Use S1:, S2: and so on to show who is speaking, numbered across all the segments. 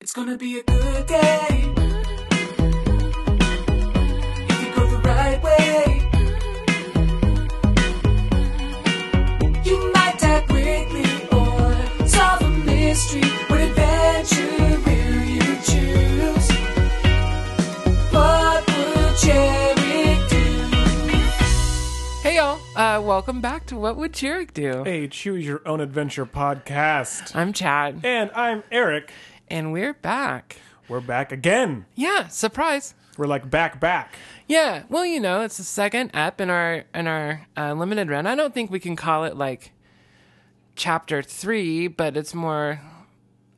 S1: It's gonna be a good day. If you go the right way, you might act quickly or solve a mystery. What adventure will you choose? What would Jerry do? Hey y'all, uh, welcome back to What Would Jerry Do?
S2: a Choose Your Own Adventure podcast.
S1: I'm Chad,
S2: And I'm Eric.
S1: and we're back.
S2: We're back again.
S1: Yeah, surprise.
S2: We're like back, back.
S1: Yeah, well, you know, it's the second app in our in our uh, limited run. I don't think we can call it like chapter three, but it's more,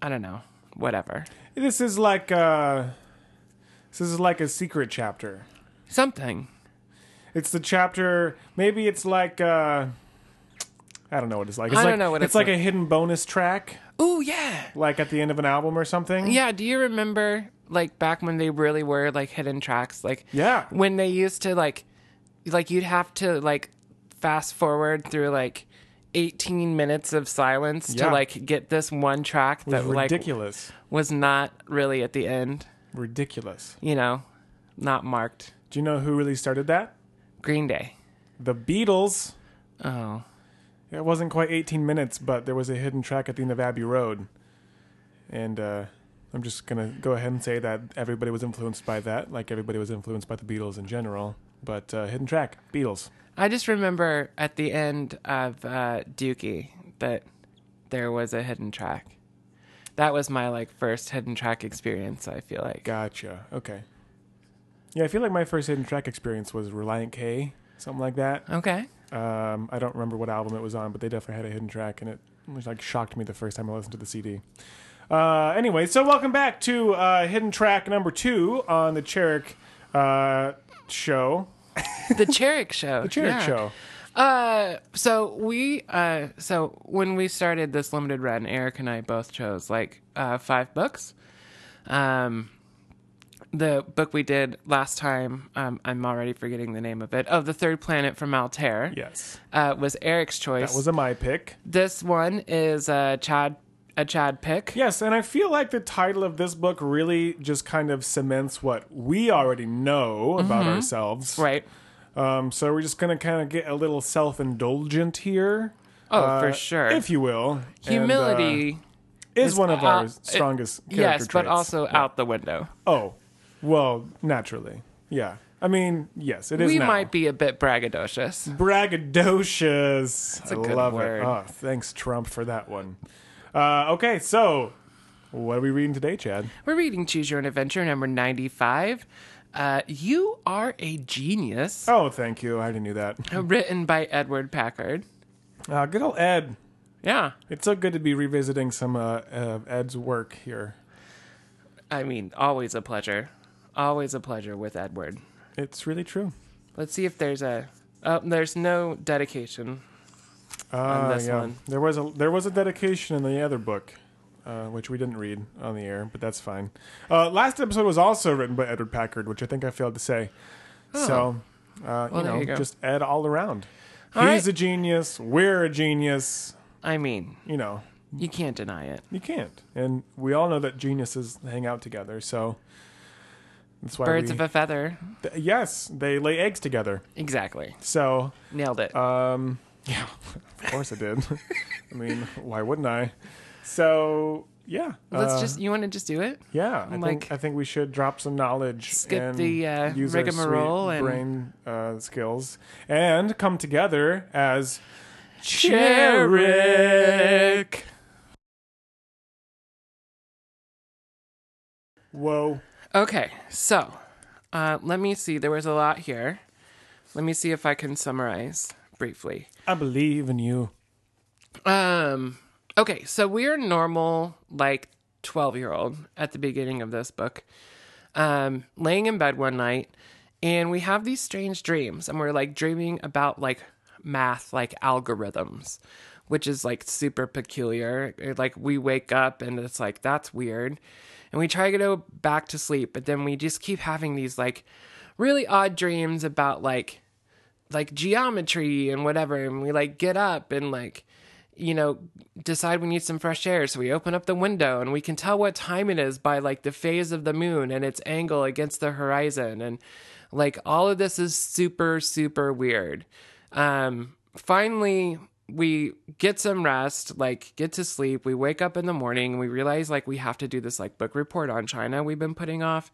S1: I don't know, whatever,
S2: This is like uh this is like a secret chapter.
S1: something.
S2: It's the chapter maybe it's like uh I don't know what it's like. It's
S1: I don't
S2: like-
S1: know what
S2: it's
S1: it's
S2: like
S1: like.
S2: a hidden bonus track,
S1: Oh yeah,
S2: like at the end of an album or something.
S1: yeah. Do you remember like back when they really were like hidden tracks, like
S2: Yeah.
S1: when they used to like, like you'd have to like fast forward through like. 18 minutes of silence to
S2: Yeah.
S1: like get this one track that like
S2: ridiculous.
S1: was not really at the end.
S2: ridiculous.
S1: you know, not marked.
S2: Do you know who really started that?
S1: Green Day.
S2: The Beatles.
S1: Oh.
S2: It wasn't quite 18 minutes, but there was a hidden track at the end of Abbey Road. And uh, I'm just going to go ahead and say that everybody was influenced by that, like everybody was influenced by the Beatles in general. But uh, hidden track, Beatles.
S1: I just remember at the end of uh, Dookie that there was a hidden track. That was my like first hidden track experience, I feel like.
S2: Gotcha. Okay. Yeah, I feel like my first hidden track experience was Reliant K, something like that.
S1: Okay.
S2: Um, I don't remember what album it was on, but they definitely had a hidden track, and it like shocked me the first time I listened to the CD. Uh, anyway, so welcome back to uh, hidden track number two on the Cherrick uh, show.
S1: The Cherrick Show.
S2: The
S1: yeah.
S2: Cherrick show.
S1: Uh, so we uh, so when we started this limited run, Eric and I both chose like uh, five books. Um, the book we did last time, um, I'm already forgetting the name of it. Of the Third Planet from Altair,
S2: Yes,
S1: uh, was Eric's choice.
S2: that was a my pick.
S1: this one is a Chad a Chad pick.
S2: Yes, and I feel like the title of this book really just kind of cements what we already know about ourselves.
S1: Mm-hmm. Right.
S2: Um, so we're just gonna kind of get a little self-indulgent here.
S1: Oh,
S2: uh,
S1: for sure.
S2: if you will. And, uh,
S1: Humility.
S2: is one of our
S1: uh,
S2: strongest character
S1: yes, but
S2: traits.
S1: also out the window.
S2: Oh, well, naturally, yeah. I mean, yes, it is.
S1: We
S2: now.
S1: might be a bit braggadocious.
S2: braggadocious. That's
S1: a good
S2: love
S1: word.
S2: It. Oh, thanks, Trump, for that one. Uh, okay, so what are we reading today, Chad?
S1: We're reading Choose Your Own Adventure number 95. Uh, you Are a Genius,
S2: Oh, thank you. I already knew that.
S1: written by Edward Packard.
S2: Uh, good old Ed.
S1: Yeah.
S2: It's so good to be revisiting some uh, of Ed's work here.
S1: I mean, always a pleasure. Always a pleasure with Edward.
S2: It's really true.
S1: Let's see if there's a. Oh, there's no dedication.
S2: Uh,
S1: this one.
S2: There was a there was a dedication in the other book, uh, which we didn't read on the air, but that's fine. Uh, last episode was also written by Edward Packard, which I think I failed to say. So, uh, you
S1: there
S2: know,
S1: you go.
S2: just Ed all around.
S1: All
S2: He's
S1: right.
S2: a genius. We're a genius.
S1: I mean,
S2: You know,
S1: you can't deny it.
S2: you can't. And we all know that geniuses hang out together. So that's why
S1: Birds
S2: we,
S1: of a feather.
S2: th- yes, they lay eggs together.
S1: Exactly.
S2: So
S1: Nailed it.
S2: Um, yeah, of course I did. I mean, why wouldn't I? So yeah,
S1: Let's
S2: uh,
S1: just. You want to just do it?
S2: yeah. I
S1: like-
S2: think I think we should drop some knowledge.
S1: Skip
S2: and
S1: the, uh,
S2: use our sweet
S1: rigmarole and-
S2: brain uh, skills, and come together as
S1: Cherrick.
S2: Whoa.
S1: Okay, so uh, let me see. There was a lot here. Let me see if I can summarize briefly.
S2: I believe in you.
S1: Um, okay, so we're normal, like 12 year old at the beginning of this book, um, laying in bed one night, and we have these strange dreams, and we're like dreaming about like math, like algorithms, which is like super peculiar. It- Like, we wake up and it's like, that's weird. And we try to go back to sleep, but then we just keep having these like really odd dreams about like like geometry and whatever and we like get up and like you know, decide we need some fresh air. So we open up the window and we can tell what time it is by like the phase of the moon and its angle against the horizon. And like all of this is super, super weird. Um, finally, we get some rest, like get to sleep. We wake up in the morning. We realize like we have to do this like book report on China we've been putting off.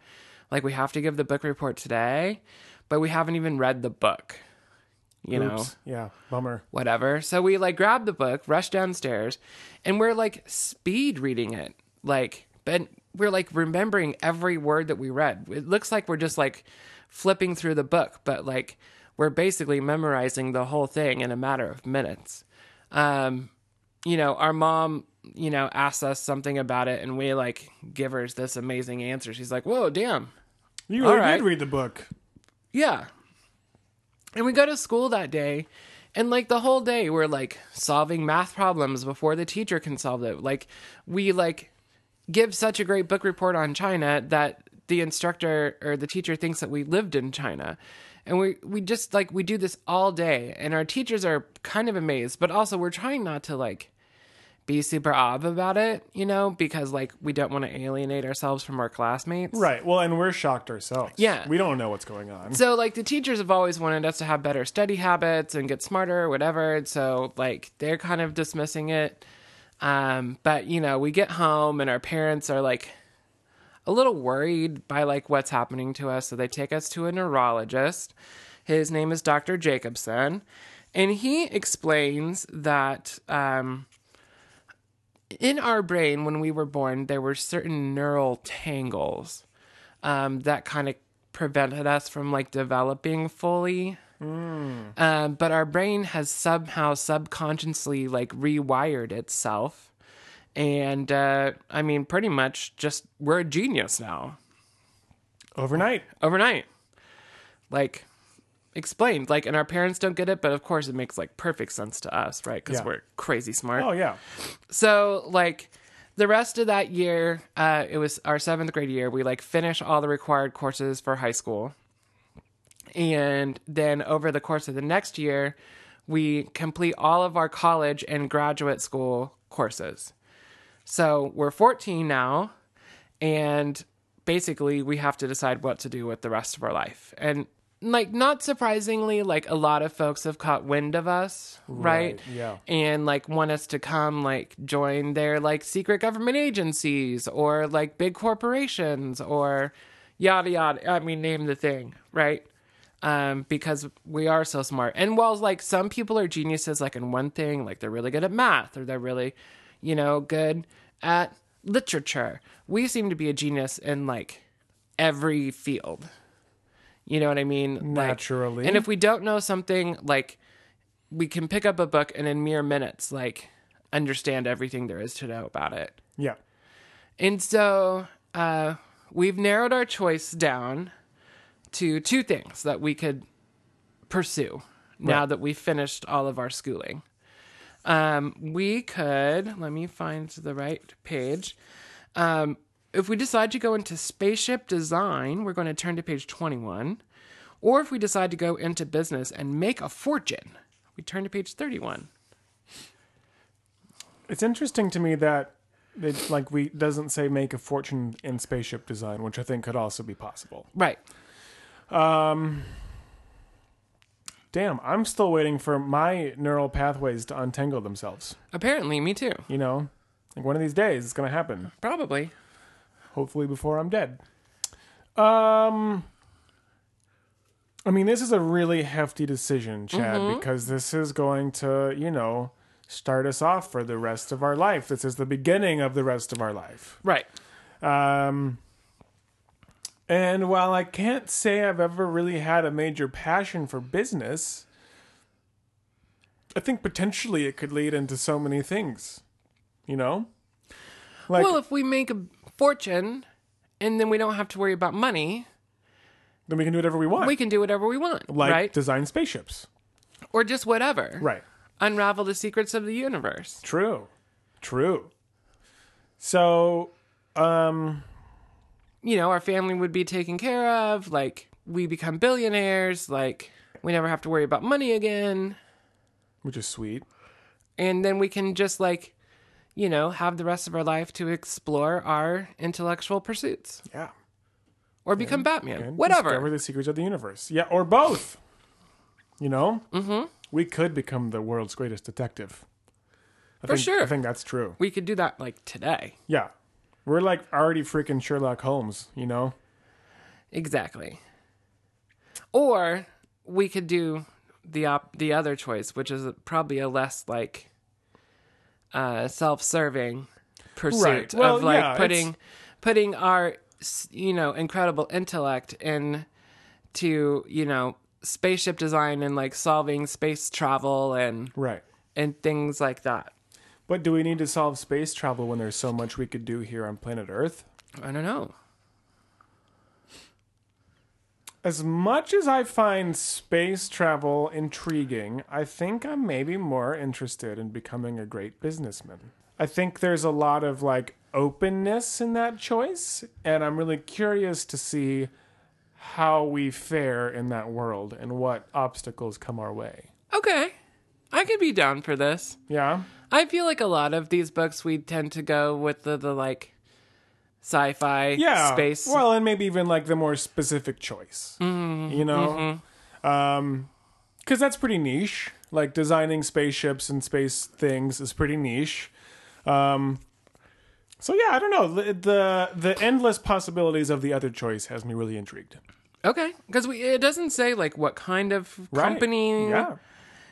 S1: Like we have to give the book report today, but we haven't even read the book. You know,
S2: Oops. Yeah. Bummer.
S1: whatever. So we like grab the book, rush downstairs, and we're like speed reading it. Like, but we're like remembering every word that we read. It looks like we're just like flipping through the book, but like we're basically memorizing the whole thing in a matter of minutes. Um, you know, our mom, you know, asks us something about it, and we like give her this amazing answer. She's like, "Whoa, damn,
S2: You
S1: All
S2: really
S1: right.
S2: did read the book.
S1: yeah. And we go to school that day, and like the whole day, we're like solving math problems before the teacher can solve it. Like, we like give such a great book report on China that the instructor or the teacher thinks that we lived in China. And we, we just like, we do this all day, and our teachers are kind of amazed, but also we're trying not to like be super ob about it, you know, because like we don't want to alienate ourselves from our classmates.
S2: Right. Well, and we're shocked ourselves.
S1: Yeah.
S2: We don't know what's going on.
S1: So like the teachers have always wanted us to have better study habits and get smarter, whatever. So like they're kind of dismissing it. Um, but you know, we get home and our parents are like a little worried by like what's happening to us, so they take us to a neurologist. His name is Dr. Jacobson, and he explains that um in our brain when we were born there were certain neural tangles um, that kind of prevented us from like developing fully. Um, but our brain has somehow subconsciously like rewired itself. And uh, I mean, pretty much just we're a genius now
S2: Overnight.
S1: overnight. Like, explained. Like, and our parents don't get it, but of course it makes like perfect sense to us, right? Because
S2: Yeah.
S1: we're crazy smart.
S2: Oh, yeah.
S1: So like the rest of that year, uh, it was our seventh grade year. We like finish all the required courses for high school, and then over the course of the next year, we complete all of our college and graduate school courses. So we're 14 now, and basically we have to decide what to do with the rest of our life. And like not surprisingly, like a lot of folks have caught wind of us, right?
S2: Right, yeah.
S1: And like want us to come like join their like secret government agencies or like big corporations or yada yada. I mean, name the thing, right? um, because we are so smart. And while like some people are geniuses, like in one thing, like they're really good at math or they're really, you know, good at literature, we seem to be a genius in like every field. You know what I mean? Like-
S2: Naturally.
S1: and if we don't know something, like we can pick up a book and in mere minutes, like understand everything there is to know about it.
S2: Yeah.
S1: And so uh, we've narrowed our choice down to two things that we could pursue now that we've finished all of our schooling. Um, we could, let me find the right page. Um, if we decide to go into spaceship design, we're going to turn to page 21. Or if we decide to go into business and make a fortune, we turn to page 31.
S2: It's interesting to me that it like we doesn't say make a fortune in spaceship design, which I think could also be possible.
S1: Right.
S2: Damn, I'm still waiting for my neural pathways to untangle themselves.
S1: Apparently, me too.
S2: You know, like one of these days it's gonna happen.
S1: Probably.
S2: Hopefully before I'm dead. Um, I mean, this is a really hefty decision, Chad, because this is going to you know start us off for the rest of our life. This is the beginning of the rest of our life.
S1: Right.
S2: Um, and while I can't say I've ever really had a major passion for business, I think potentially it could lead into so many things. You know, like
S1: well, if we make a fortune and then we don't have to worry about money,
S2: then we can do whatever we want,
S1: we can do whatever we want,
S2: like
S1: right?
S2: design spaceships.
S1: or just whatever.
S2: Right.
S1: Unravel the secrets of the universe.
S2: True. True. So, um,
S1: You know, our family would be taken care of. Like, we become billionaires. Like, we never have to worry about money again.
S2: which is sweet.
S1: and then we can just like you know have the rest of our life to explore our intellectual pursuits
S2: Yeah.
S1: or become batman
S2: and
S1: whatever
S2: Discover the secrets of the universe. Yeah, or both. You know? Mm-hmm. We could become the world's greatest detective. I
S1: For
S2: think,
S1: sure.
S2: I think that's true.
S1: we could do that like today
S2: Yeah. We're like already freaking Sherlock Holmes, you know?
S1: exactly or we could do the op- the other choice which is probably a less like uh self-serving pursuit
S2: Right. Well,
S1: of like
S2: yeah, it's-
S1: putting putting our s- you know incredible intellect in to you know spaceship design and like solving space travel and
S2: Right.
S1: and things like that.
S2: But do we need to solve space travel when there's so much we could do here on planet Earth?
S1: I don't know.
S2: As much as I find space travel intriguing, I think I'm maybe more interested in becoming a great businessman. I think there's a lot of like openness in that choice, and I'm really curious to see how we fare in that world and what obstacles come our way.
S1: Okay. I could be down for this.
S2: Yeah?
S1: I feel like a lot of these books we tend to go with the, the like sci-fi
S2: yeah
S1: space.
S2: well and maybe even like the more specific choice
S1: Mm-hmm.
S2: you know um because that's pretty niche like designing spaceships and space things is pretty niche um so yeah i don't know the the, the endless possibilities of the other choice has me really intrigued
S1: okay, cuz we it doesn't say like what kind of
S2: Right.
S1: company,
S2: yeah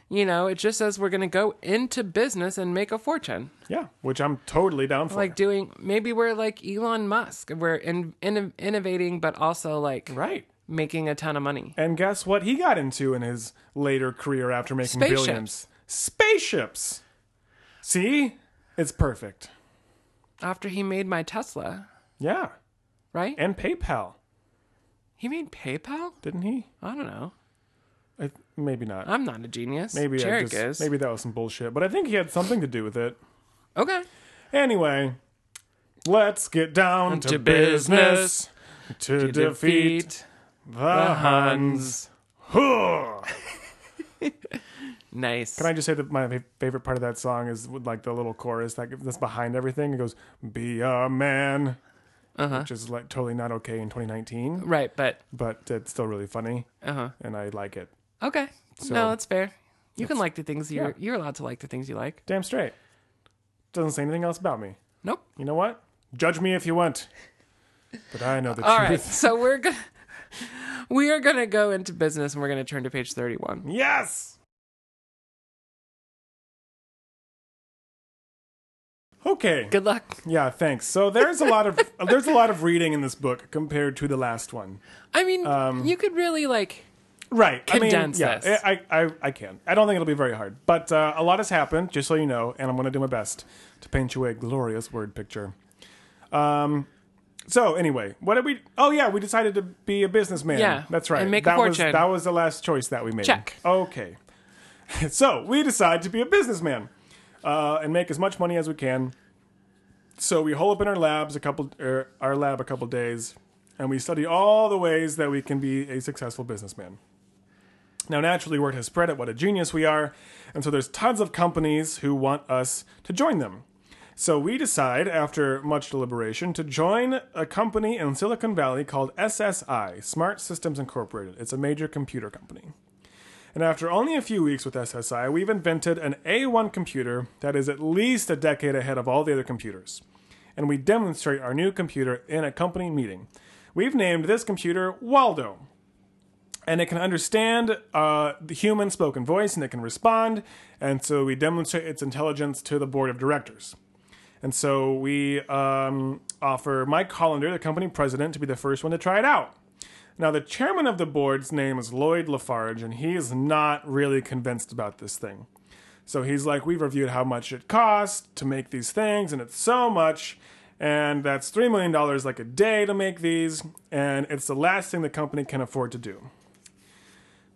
S1: you know, it just says we're going to go into business and make a fortune.
S2: yeah which i'm totally down for
S1: Like doing maybe we're like Elon Musk, we're in, in innovating but also like
S2: right
S1: making a ton of money.
S2: and guess what he got into in his later career after making
S1: Spaceships.
S2: billions spaceships see it's perfect
S1: After he made my Tesla,
S2: yeah
S1: right?
S2: and PayPal,
S1: he made PayPal?
S2: didn't he?
S1: I don't know.
S2: I, maybe not.
S1: I'm not a genius.
S2: Maybe I
S1: Jarek
S2: just,
S1: is.
S2: maybe that was some bullshit, but I think he had something to do with it.
S1: Okay.
S2: Anyway, let's get down to,
S1: To business.
S2: business, to, defeat, the Huns. Huh.
S1: Nice.
S2: Can I just say that my fa- favorite part of that song is with, like the little chorus that that's behind everything. It goes, "Be a man," which is like totally not okay in 2019,
S1: right, but
S2: but it's still really funny,
S1: uh huh.
S2: and I like it.
S1: Okay.
S2: So-
S1: no, that's fair. You can like the things you're
S2: yeah.
S1: you're allowed to like the things you like.
S2: Damn straight. Doesn't say anything else about me.
S1: Nope.
S2: You know what? Judge me if you want. But I know the
S1: All right.
S2: truth.
S1: so we're gonna we are gonna go into business and we're gonna turn to page thirty one.
S2: Yes! Okay.
S1: Good luck.
S2: Yeah, thanks. So there's a lot of there's a lot of reading in this book compared to the last one.
S1: I mean,
S2: Um,
S1: you could really like
S2: Right.
S1: Condense
S2: I mean, yeah,
S1: this.
S2: I, I, I can. I don't think it'll be very hard. But uh, a lot has happened, just so you know, and I'm going to do my best to paint you a glorious word picture. Um, so anyway, what did we? Oh yeah, we decided to be a businessman.
S1: Yeah,
S2: that's right.
S1: and make a
S2: that was
S1: fortune.
S2: that was the last choice that we made.
S1: Check.
S2: Okay. so we decide to be a businessman uh, and make as much money as we can. So we hole up in our labs a couple, er, our lab a couple days, and we study all the ways that we can be a successful businessman. Now, naturally, word has spread at what a genius we are, and so there's tons of companies who want us to join them. So we decide, after much deliberation, to join a company in Silicon Valley called SSI, Smart Systems Incorporated. It's a major computer company. And after only a few weeks with SSI, we've invented an A1 computer that is at least a decade ahead of all the other computers. And we demonstrate our new computer in a company meeting. We've named this computer Waldo. And it can understand uh, the human spoken voice and it can respond. And so we demonstrate its intelligence to the board of directors. And so we um, offer Mike Hollander, the company president, to be the first one to try it out. Now, the chairman of the board's name is Lloyd Lafarge, and he is not really convinced about this thing. So he's like, We've reviewed how much it costs to make these things, and it's so much, and that's $3 million like a day to make these, and it's the last thing the company can afford to do.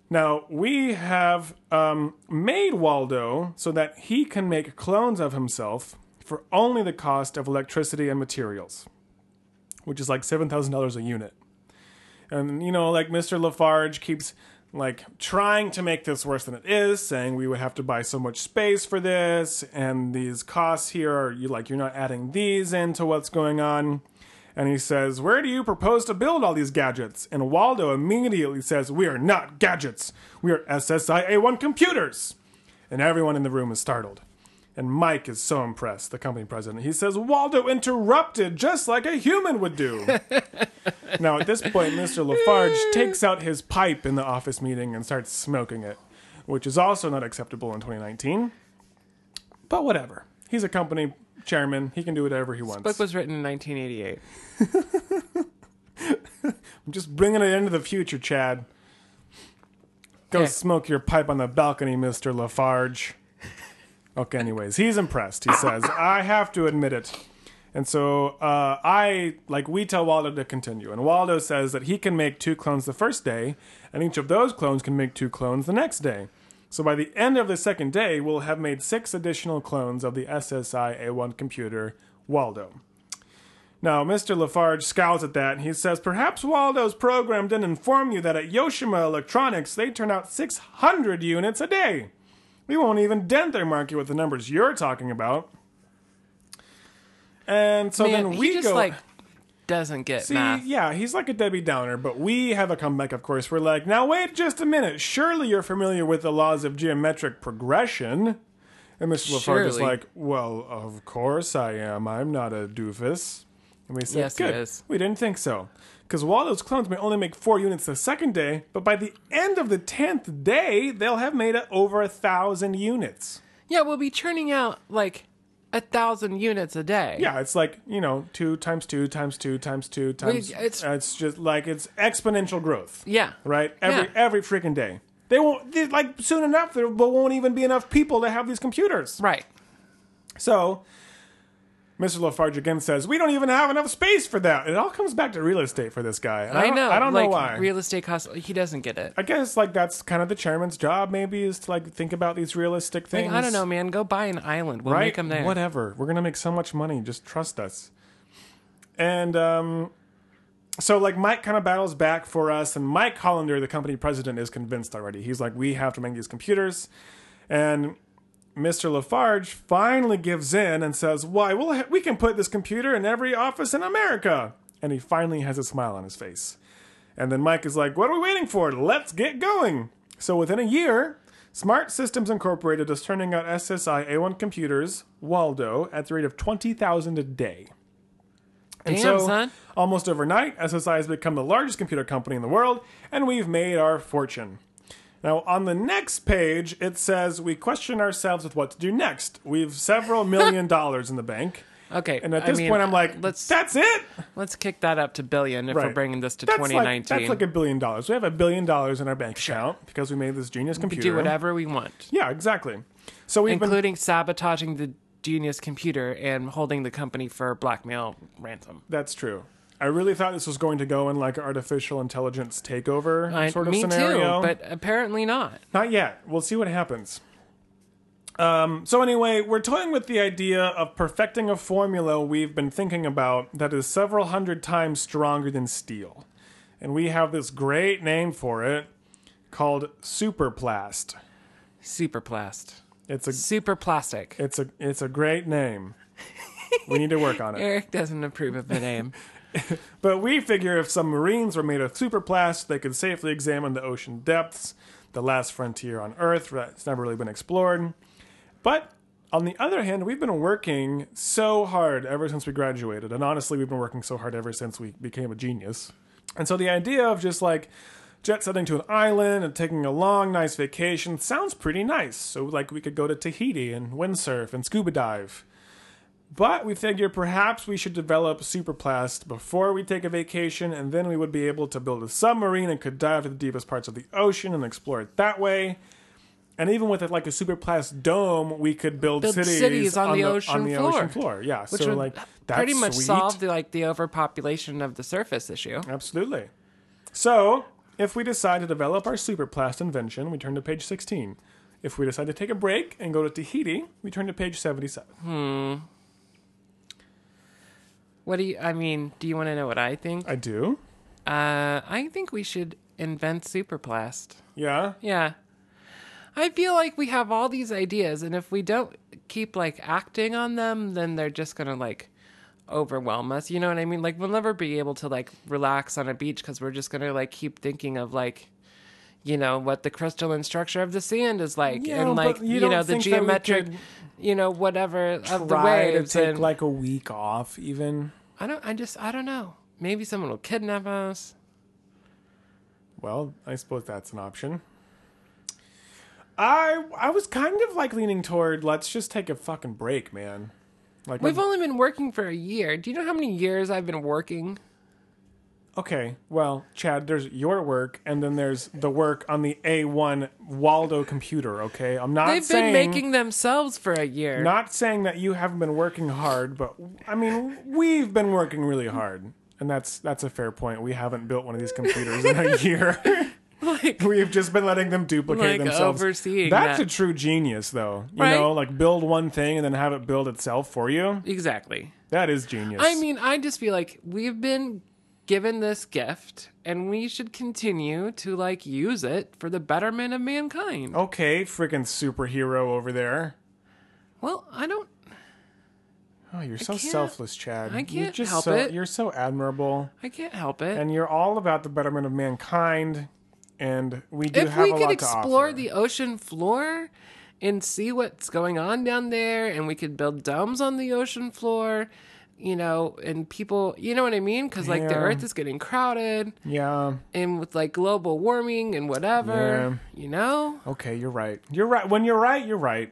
S2: Now, we have um, made Waldo so that he can make clones of himself for only the cost of electricity and materials, which is like $7,000 a unit. And, you know, like Mr. Lafarge keeps like trying to make this worse than it is, saying we would have to buy so much space for this, and these costs here are you like you're not adding these into what's going on. And he says, Where do you propose to build all these gadgets? And Waldo immediately says, We are not gadgets. We are SSIA1 computers. And everyone in the room is startled. And Mike is so impressed, the company president. He says, Waldo interrupted just like a human would do. now, at this point, Mr. Lafarge takes out his pipe in the office meeting and starts smoking it, which is also not acceptable in 2019. But whatever. He's a company chairman. He can do whatever he wants.
S1: Book was written in 1988.
S2: I'm just bringing it into the future, Chad. Go
S1: Yeah.
S2: smoke your pipe on the balcony, Mr. Lafarge. Okay, anyways, he's impressed. He says, I have to admit it. And so uh, I, like, we tell Waldo to continue. And Waldo says that he can make two clones the first day, and each of those clones can make two clones the next day. So by the end of the second day, we'll have made six additional clones of the SSI A1 computer, Waldo. Now, Mr. Lafarge scowls at that and he says, Perhaps Waldo's program didn't inform you that at Yoshima Electronics they turn out 600 units a day. We won't even dent their market with the numbers you're talking about. And so
S1: Man,
S2: then
S1: he
S2: we
S1: just
S2: go.
S1: like doesn't get
S2: See,
S1: math.
S2: yeah, he's like a Debbie Downer, but we have a comeback, of course. We're like, now wait just a minute. Surely you're familiar with the laws of geometric progression. And Mr. Lafarge is
S1: Surely.
S2: like, well, of course I am. I'm not a doofus. And we said,
S1: Yes, he
S2: good.
S1: is.
S2: We didn't think so. Because Waldo's clones may only make four units the second day, but by the end of the tenth day, they'll have made uh, over a thousand units.
S1: Yeah, we'll be churning out like a thousand units a day.
S2: Yeah, it's like, you know, two times two times two times two times.
S1: it's-
S2: uh, it's just like, it's exponential growth.
S1: Yeah.
S2: right? Every
S1: Yeah.
S2: every freaking day. They won't they, like soon enough. There will- won't even be enough people to have these computers.
S1: Right.
S2: So, Mr. Lafarge again says we don't even have enough space for that. It all comes back to real estate for this guy. And I,
S1: I,
S2: don't-
S1: know.
S2: I don't
S1: like,
S2: know why.
S1: Real estate costs. He doesn't get it.
S2: I guess like that's kind of the chairman's job. Maybe is to like think about these realistic
S1: Like,
S2: things.
S1: I don't know, man. Go buy an island. We'll
S2: right?
S1: make him there.
S2: Whatever. We're gonna make so much money. Just trust us. And um, so like Mike kind of battles back for us, and Mike Hollander, the company president, is convinced already. He's like, we have to make these computers, and. Mr. Lafarge finally gives in and says, "Why? Well, he- we can put this computer in every office in America." And he finally has a smile on his face. And then Mike is like, What are we waiting for? Let's get going. So within a year, Smart Systems Incorporated is turning out SSI A1 computers, Waldo, at the rate of 20,000 a day. And
S1: Damn,
S2: so,
S1: son.
S2: almost overnight, SSI has become the largest computer company in the world, and we've made our fortune. Now, on the next page, it says, We question ourselves with what to do next. We've several million dollars in the bank.
S1: Okay.
S2: And at
S1: I
S2: this
S1: mean,
S2: point, I'm like,
S1: let's
S2: That's it!
S1: let's kick that up to billion if we're
S2: Right.
S1: bringing this to
S2: That's like-
S1: 2019.
S2: that's like a billion dollars. We have a billion dollars in our bank account because we made this genius
S1: we
S2: computer.
S1: do whatever we want,
S2: Yeah, exactly. So we've been
S1: including sabotaging the genius computer and holding the company for blackmail ransom.
S2: that's true. I really thought this was going to go in like artificial intelligence takeover
S1: I,
S2: sort of
S1: me
S2: scenario.
S1: too, but apparently not.
S2: Not yet. We'll see what happens. Um, so anyway, we're toying with the idea of perfecting a formula we've been thinking about that is several hundred times stronger than steel. And we have this great name for it called superplast.
S1: Superplast.
S2: It's a
S1: Superplastic.
S2: It's a it's a great name. We need to work on it.
S1: Eric doesn't approve of the name.
S2: But we figure if some marines were made of superplast, they could safely examine the ocean depths, the last frontier on Earth that's never really been explored. But on the other hand, we've been working so hard ever since we graduated, and honestly, we've been working so hard ever since we became a genius. And so the idea of just like jet setting to an island and taking a long, nice vacation sounds pretty nice. So like we could go to Tahiti and windsurf and scuba dive. But we figure perhaps we should develop superplast before we take a vacation, and then we would be able to build a submarine and could dive to the deepest parts of the ocean and explore it that way. And even with like a superplast dome, we could build,
S1: Build
S2: cities,
S1: cities on the ocean
S2: on the
S1: floor.
S2: ocean floor. Yeah,
S1: Which
S2: so
S1: would
S2: like that's
S1: pretty much
S2: sweet.
S1: solve the, like the overpopulation of the surface issue.
S2: Absolutely. So, if we decide to develop our superplast invention, we turn to page 16. If we decide to take a break and go to Tahiti, we turn to page 77.
S1: What do you? I mean, do you want to know what I think?
S2: I do.
S1: Uh, I think we should invents superplast.
S2: Yeah.
S1: Yeah. I feel like we have all these ideas, and if we don't keep like acting on them, then they're just gonna like overwhelm us. You know what I mean? Like we'll never be able to like relax on a beach because we're just gonna like keep thinking of like, you know, what the crystalline structure of the sand is like,
S2: Yeah,
S1: and
S2: but
S1: like
S2: you
S1: you,
S2: don't
S1: know the
S2: think that we
S1: geometric,
S2: could
S1: you know, whatever of the
S2: Try to
S1: waves.
S2: take
S1: and
S2: like a week off, even.
S1: I don't. I just. I don't know. Maybe someone will kidnap us.
S2: Well, I suppose that's an option. I I was kind of like leaning toward let's just take a fucking break, man. Like my-
S1: We've only been working for a year. Do you know how many years I've been working?
S2: Okay, well, Chad, there's your work, and then there's the work on the A1 Waldo computer. Okay, I'm not
S1: They've
S2: saying
S1: been making themselves for a year.
S2: not saying that you haven't been working hard, but I mean we've been working really hard, and that's that's a fair point. We haven't built one of these computers in a year.
S1: like,
S2: We've just been letting them
S1: Like
S2: duplicate themselves.
S1: overseeing
S2: That's
S1: that.
S2: a true genius, though. You
S1: Right?
S2: know, like build one thing and then have it build itself for you.
S1: exactly.
S2: That is genius.
S1: I mean, I just feel like we've been given this gift and we should continue to like use it for the betterment of mankind.
S2: okay, freaking superhero over there.
S1: Well, I don't
S2: Oh, you're so
S1: can't-
S2: selfless, Chad.
S1: I
S2: you're
S1: can't help
S2: so,
S1: it.
S2: You're so admirable,
S1: I can't help it.
S2: and you're all about the betterment of mankind. And we do
S1: if
S2: have
S1: we
S2: a
S1: could
S2: lot
S1: explore
S2: to offer.
S1: the ocean floor and see what's going on down there and we could build domes on the ocean floor, you know, and people, you know what I mean? Cuz like the
S2: Yeah.
S1: earth is getting crowded
S2: yeah.
S1: and with like global warming and whatever, you know?
S2: Okay, you're right. You're right. When you're right, you're right,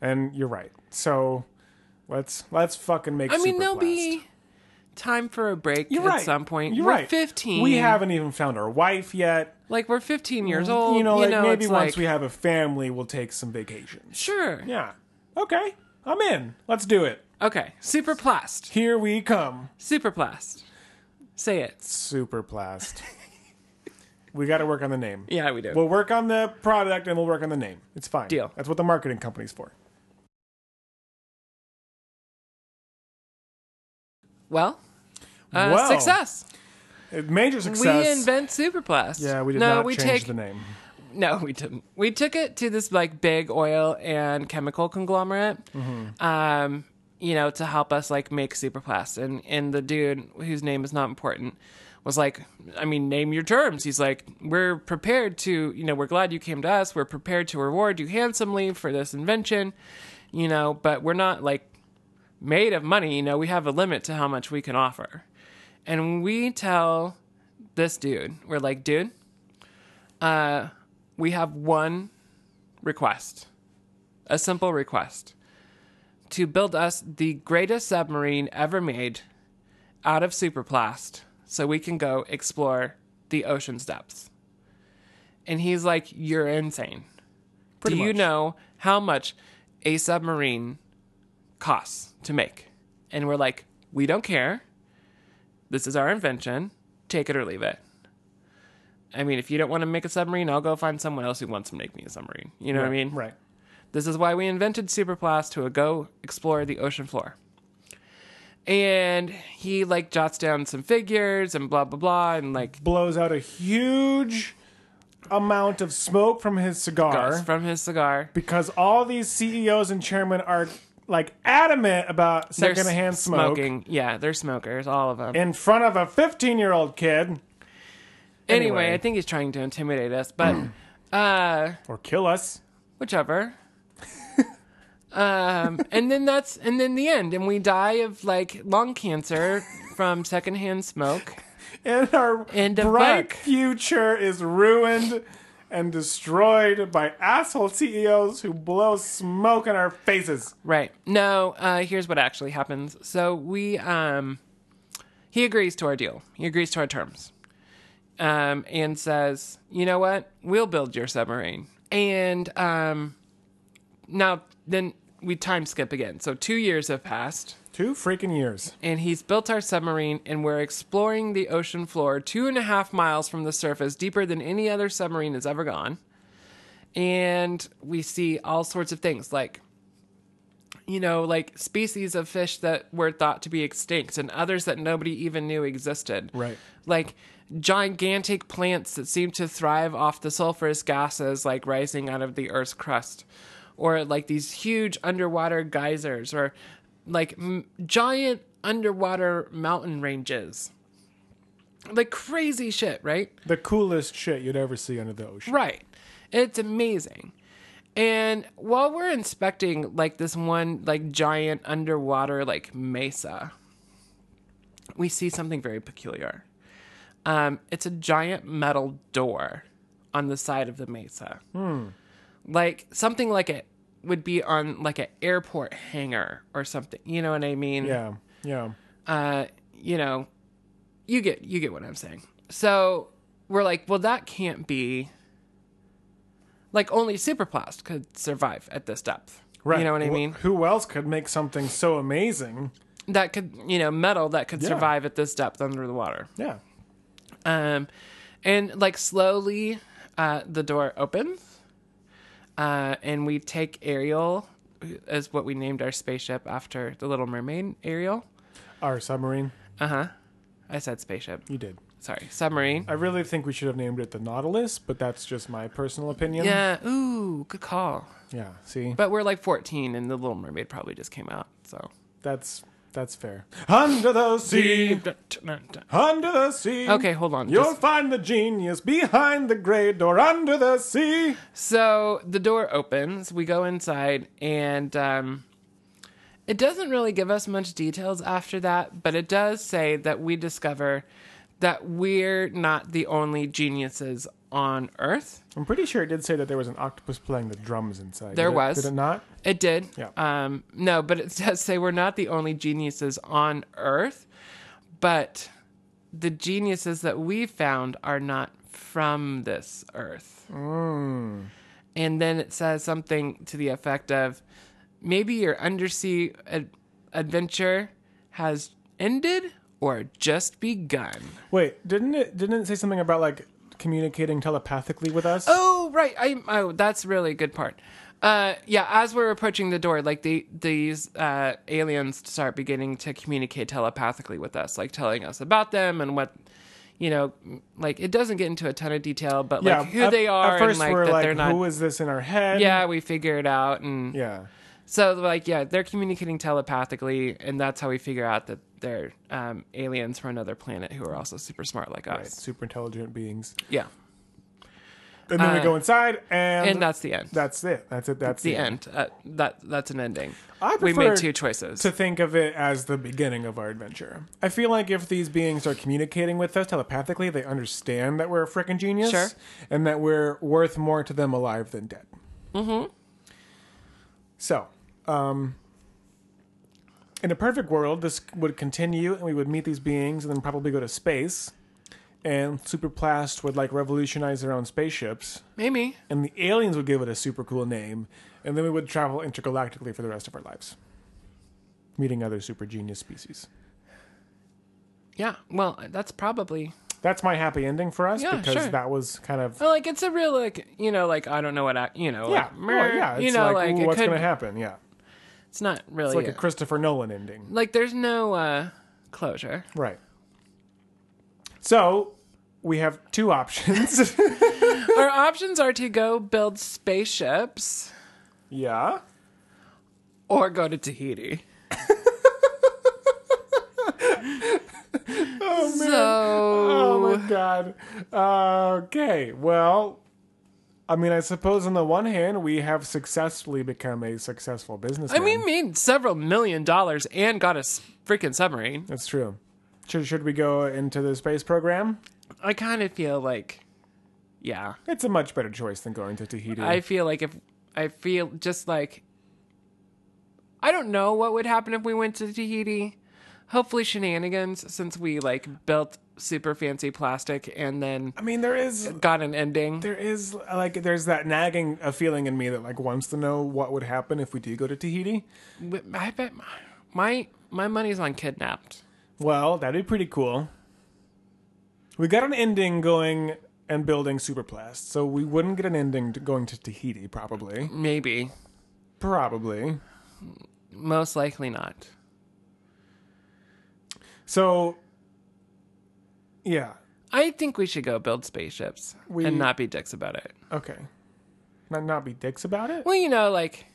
S2: and you're right. So let's let's fucking make.
S1: I mean, there'll
S2: Superblast.
S1: be time for a break
S2: You're
S1: at
S2: right.
S1: some point.
S2: You're
S1: we're
S2: right.
S1: 15.
S2: We haven't even found our wife yet.
S1: like we're 15 years old.
S2: Mm-hmm. you know, like maybe
S1: it's
S2: once
S1: like,
S2: we have a family, we'll take some vacations.
S1: sure.
S2: Yeah. Okay. I'm in. Let's do it.
S1: Okay, superplast,
S2: Here we come.
S1: superplast. Say it.
S2: Superplast. we got to work on the name.
S1: Yeah, we do.
S2: We'll work on the product and we'll work on the name. It's fine.
S1: Deal.
S2: That's what the marketing company's for.
S1: well, uh,
S2: Well,
S1: success.
S2: Uh, Major success.
S1: We invent superplast.
S2: yeah, we did
S1: no,
S2: not
S1: we
S2: change
S1: take,
S2: the name.
S1: No, we didn't. We took it to this like big oil and chemical conglomerate,
S2: Mm-hmm.
S1: um, you know, to help us like make superplast. And and the dude whose name is not important was like, I mean, name your terms. He's like, we're prepared to, you know, we're glad you came to us. We're prepared to reward you handsomely for this invention, you know, but we're not like made of money. You know, we have a limit to how much we can offer. And we tell this dude, we're like, dude uh, we have one request a simple request to build us the greatest submarine ever made out of superplast so we can go explore the ocean's depths and he's like you're insane
S2: Pretty
S1: do you
S2: much.
S1: know how much a submarine costs to make and we're like we don't care this is our invention take it or leave it I mean, if you don't want to make a submarine, I'll go find someone else who wants to make me a submarine. You know what I mean?
S2: Right.
S1: This is why we invented superplast to go explore the ocean floor. And he like jots down some figures and blah blah blah and like
S2: Blows out a huge amount of smoke from his cigar.
S1: goes from his cigar.
S2: because all these CEOs and chairmen are like adamant about
S1: They're
S2: secondhand
S1: s-
S2: smoke
S1: smoking. Yeah, they're smokers, all of them.
S2: in front of a 15 year old kid
S1: anyway,
S2: anyway.
S1: I think he's trying to intimidate us, but uh
S2: or kill us.
S1: whichever. um, and then that's and then the end, and we die of like lung cancer from secondhand smoke.
S2: And our
S1: And a
S2: bright
S1: buck.
S2: future is ruined and destroyed by asshole CEOs who blow smoke in our faces.
S1: Right. No, uh, here's what actually happens. So we, um, he agrees to our deal. He agrees to our terms, um, and says, you know what, we'll build your submarine. And um, now then we time skip again. So two years have passed,
S2: Two freaking years.
S1: and he's built our submarine, and we're exploring the ocean floor, two and a half miles from the surface, deeper than any other submarine has ever gone. And we see all sorts of things like you know, like species of fish that were thought to be extinct and others that nobody even knew existed.
S2: Right.
S1: Like gigantic plants that seem to thrive off the sulfurous gases like rising out of the earth's crust or like these huge underwater geysers or like m- giant underwater mountain ranges. Like crazy shit, right?
S2: The coolest shit you'd ever see under the ocean.
S1: Right. It's amazing. And while we're inspecting like this one like giant underwater like mesa, we see something very peculiar. Um, it's a giant metal door on the side of the mesa.
S2: Hmm.
S1: Like something like it would be on like an airport hangar or something. You know what I mean?
S2: Yeah. Yeah.
S1: uh, you know, you get you get what I'm saying. So we're like, well, that can't be. Like only superplast could survive at this depth.
S2: Right.
S1: You know what I
S2: Wh-
S1: mean?
S2: Who else could make something so amazing?
S1: That could, you know, metal that could
S2: Yeah.
S1: survive at this depth under the water.
S2: Yeah.
S1: Um, and like slowly, uh, the door opens, uh, and we take Ariel, who is what we named our spaceship after the Little Mermaid. Ariel.
S2: Our submarine.
S1: Uh huh. I said spaceship.
S2: You did.
S1: Sorry, submarine.
S2: I really think we should have named it the Nautilus, but that's just my personal opinion.
S1: Yeah. Ooh, good call.
S2: Yeah. See,
S1: But we're like 14, and The Little Mermaid probably just came out. So.
S2: that's that's fair. Under the sea,
S1: Okay,
S2: under the sea.
S1: hold on.
S2: You'll
S1: Just-
S2: find the genius behind the great door under the sea.
S1: so the door opens. We go inside, and um, it doesn't really give us much details after that, but it does say that we discover that we're not the only geniuses on Earth.
S2: I'm pretty sure it did say that there was an octopus playing the drums inside.
S1: There
S2: did it-
S1: was.
S2: Did it not?
S1: It did.
S2: Yeah.
S1: Um, no, but it does say we're not the only geniuses on Earth, but the geniuses that we found are not from this Earth. And then it says something to the effect of maybe your undersea ad- adventure has ended or just begun.
S2: Wait, didn't it? Didn't it say something about like communicating telepathically with us?
S1: Oh right, I oh that's really a good part. Uh, yeah, as we're approaching the door, like the these uh, aliens start beginning to communicate telepathically with us, like telling us about them and what you know. Like it doesn't get into a ton of detail, but like who
S2: at-
S1: they are
S2: At first,
S1: and like
S2: we're
S1: that
S2: like,
S1: they're not.
S2: who is this in our head?
S1: yeah, we figure it out, and
S2: Yeah.
S1: so like yeah, they're communicating telepathically, and that's how we figure out that they're um, aliens from another planet who are also super smart like
S2: Right,
S1: us.
S2: super intelligent beings.
S1: Yeah,
S2: And then we go inside, and,
S1: Uh, and that's the end.
S2: that's it. That's it. That's
S1: the end. Uh, that that's an ending.
S2: I
S1: we
S2: prefer
S1: made two choices.
S2: To think of it as the beginning of our adventure. I feel like if these beings are communicating with us telepathically, they understand that we're a freaking genius
S1: Sure.
S2: and that we're worth more to them alive than dead. Mm-hmm. So, um, in a perfect world, this would continue and we would meet these beings and then probably go to space. And Superplast would like revolutionize their own spaceships,
S1: Maybe.
S2: and the aliens would give it a super cool name, and then we would travel intergalactically for the rest of our lives, meeting other super genius species.
S1: Yeah. Well, that's probably.
S2: That's my happy ending for us
S1: Yeah,
S2: because
S1: sure.
S2: that was kind of
S1: Well, like it's a real like you know like I don't know what I you know
S2: yeah,
S1: like,
S2: well, yeah. It's
S1: you know like,
S2: like, ooh,
S1: it
S2: what's
S1: could,
S2: going to happen? Yeah,
S1: it's not really
S2: it's like
S1: a-
S2: a Christopher Nolan ending,
S1: like there's no uh closure.
S2: right? So we have two options.
S1: Our options are to go build spaceships
S2: yeah,
S1: or go to Tahiti.
S2: Oh, man.
S1: So
S2: Oh my god. Okay, well, I mean, I suppose on the one hand, we have successfully become a successful
S1: I
S2: businessman.
S1: mean, made several million dollars and got a s- freaking submarine.
S2: that's true. Should, should we go into the space program?
S1: I kind of feel like, yeah.
S2: It's a much better choice than going to Tahiti.
S1: I feel like if I feel just like I don't know what would happen if we went to Tahiti. Hopefully shenanigans since we like built super fancy plastic and then
S2: I mean, there is.
S1: got an ending.
S2: There is like there's that nagging uh, feeling in me that like wants to know what would happen if we do go to Tahiti.
S1: But I bet my my, my money's on kidnapped.
S2: Well, that'd be pretty cool. We got an ending going and building Superplast, so we wouldn't get an ending to going to Tahiti, probably.
S1: Maybe.
S2: Probably.
S1: most likely not.
S2: So, yeah.
S1: I think we should go build spaceships
S2: We-
S1: and not be dicks about it.
S2: Okay. Not not be dicks about it.
S1: Well, you know, like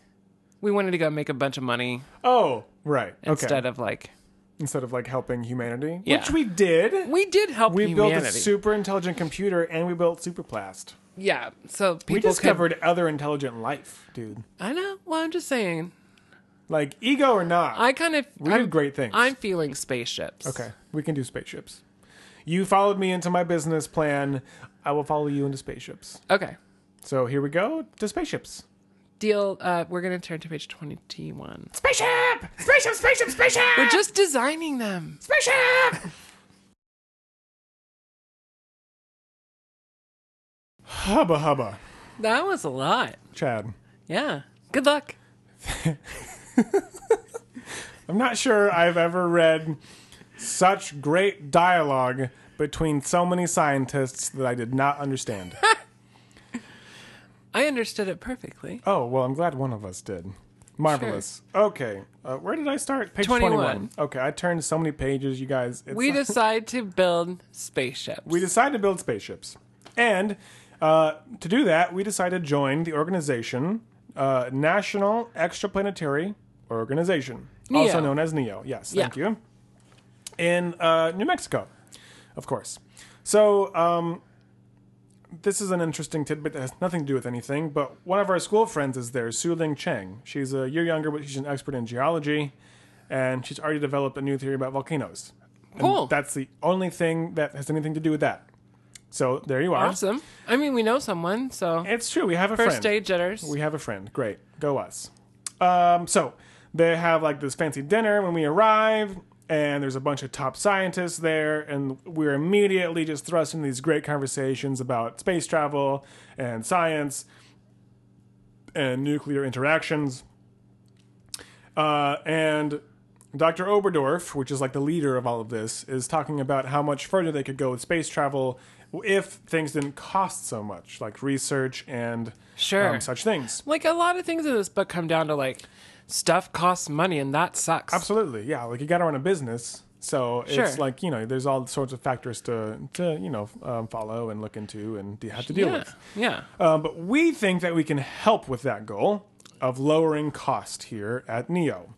S1: we wanted to go make a bunch of money
S2: Oh, right.
S1: instead
S2: okay.
S1: of like
S2: instead of like helping humanity,
S1: Yeah.
S2: which we did.
S1: we did help
S2: We
S1: humanity.
S2: built a super intelligent computer and we built superplast.
S1: yeah, so people
S2: We
S1: could-
S2: discovered other intelligent life, dude.
S1: I know. Well, I'm just saying.
S2: Like ego or not,
S1: I kind of
S2: we
S1: I'm,
S2: did great things.
S1: I'm feeling spaceships.
S2: okay, we can do spaceships. You followed me into my business plan. I will follow you into spaceships.
S1: Okay.
S2: So here we go to spaceships.
S1: Deal. Uh, we're gonna turn to page twenty-one.
S2: Spaceship! Spaceship! Spaceship! Spaceship!
S1: We're just designing them.
S2: Spaceship! hubba hubba.
S1: That was a lot.
S2: Chad,
S1: Yeah. Good luck.
S2: I'm not sure I've ever read such great dialogue between so many scientists that I did not understand.
S1: I understood it perfectly.
S2: oh, well, I'm glad one of us did. Marvelous. Okay, uh, where did I start? Page 21.
S1: 21.
S2: Okay, I turned so many pages, you guys. It's
S1: We decide to build spaceships.
S2: we decided to build spaceships. And uh, to do that, we decided to join the organization uh, National Extraplanetary Organization,
S1: NEO.
S2: also known as NEO. Yes, thank
S1: Yeah.
S2: you. In uh, New Mexico, of course. So, um, this is an interesting tidbit that has nothing to do with anything, but one of our school friends is there, Su Ling Cheng. She's a year younger, but she's an expert in geology, and she's already developed a new theory about volcanoes. And
S1: Cool.
S2: that's the only thing that has anything to do with that. So there you are.
S1: awesome. I mean, we know someone, so
S2: It's true. We have a
S1: first
S2: friend.
S1: day jitters.
S2: We have a friend. Great. Go us. Um, so they have like this fancy dinner when we arrive, and there's a bunch of top scientists there, and we're immediately just thrust into these great conversations about space travel and science and nuclear interactions. Uh, and Dr. Oberdorf, which is like the leader of all of this, is talking about how much further they could go with space travel if things didn't cost so much, like research and
S1: Sure.
S2: um, such things.
S1: like a lot of things in this book come down to like stuff costs money and that sucks.
S2: Absolutely, yeah. Like you got to run a business, so
S1: Sure.
S2: it's like you know, there's all sorts of factors to to you know um, follow and look into and you have to deal
S1: Yeah.
S2: with.
S1: Yeah.
S2: Um, but we think that we can help with that goal of lowering cost here at Neo.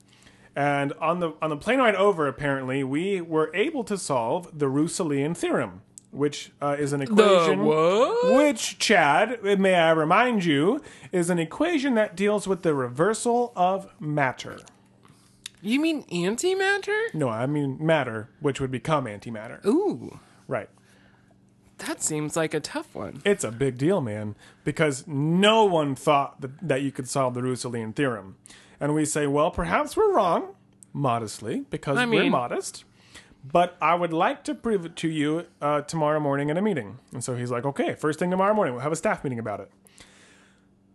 S2: And on the on the plane ride over, apparently, we were able to solve the Rousselian theorem, which uh, is an equation.
S1: what?
S2: Which, Chad, may I remind you, is an equation that deals with the reversal of matter.
S1: You mean antimatter?
S2: No, I mean matter, which would become antimatter.
S1: Ooh.
S2: Right.
S1: That seems like a tough one.
S2: It's a big deal, man, because no one thought that, that you could solve the Rousselian theorem. And we say, well, perhaps we're wrong, modestly, because
S1: I
S2: we're
S1: mean-
S2: modest. But I would like to prove it to you uh, tomorrow morning at a meeting. And so he's like, okay, first thing tomorrow morning, we'll have a staff meeting about it.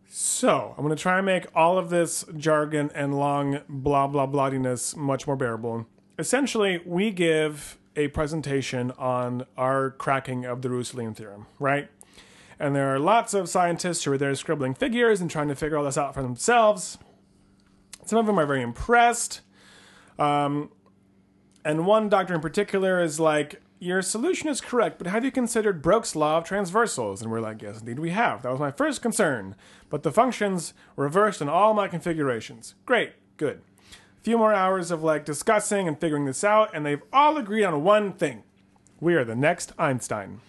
S2: So I'm going to try and make all of this jargon and long blah blah blahiness much more bearable. Essentially, we give a presentation on our cracking of the Rousselian theorem, right? And there are lots of scientists who are there scribbling figures and trying to figure all this out for themselves. Some of them are very impressed. Um, and one doctor in particular is like, Your solution is correct, but have you considered Broke's law of transversals? And we're like, Yes, indeed we have. That was my first concern. But the functions reversed in all my configurations. Great, good. Few more hours of like discussing and figuring this out, and they've all agreed on one thing. We are the next Einstein.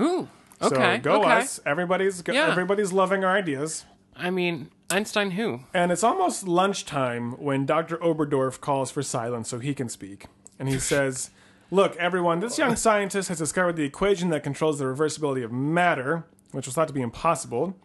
S1: Ooh.
S2: So
S1: Okay.
S2: go
S1: okay.
S2: us. Everybody's go-
S1: Yeah.
S2: everybody's loving our ideas.
S1: I mean, Einstein who?
S2: And it's almost lunchtime when Dr. Oberdorf calls for silence so he can speak. And he says, "Look, everyone, this young scientist has discovered the equation that controls the reversibility of matter, which was thought to be impossible.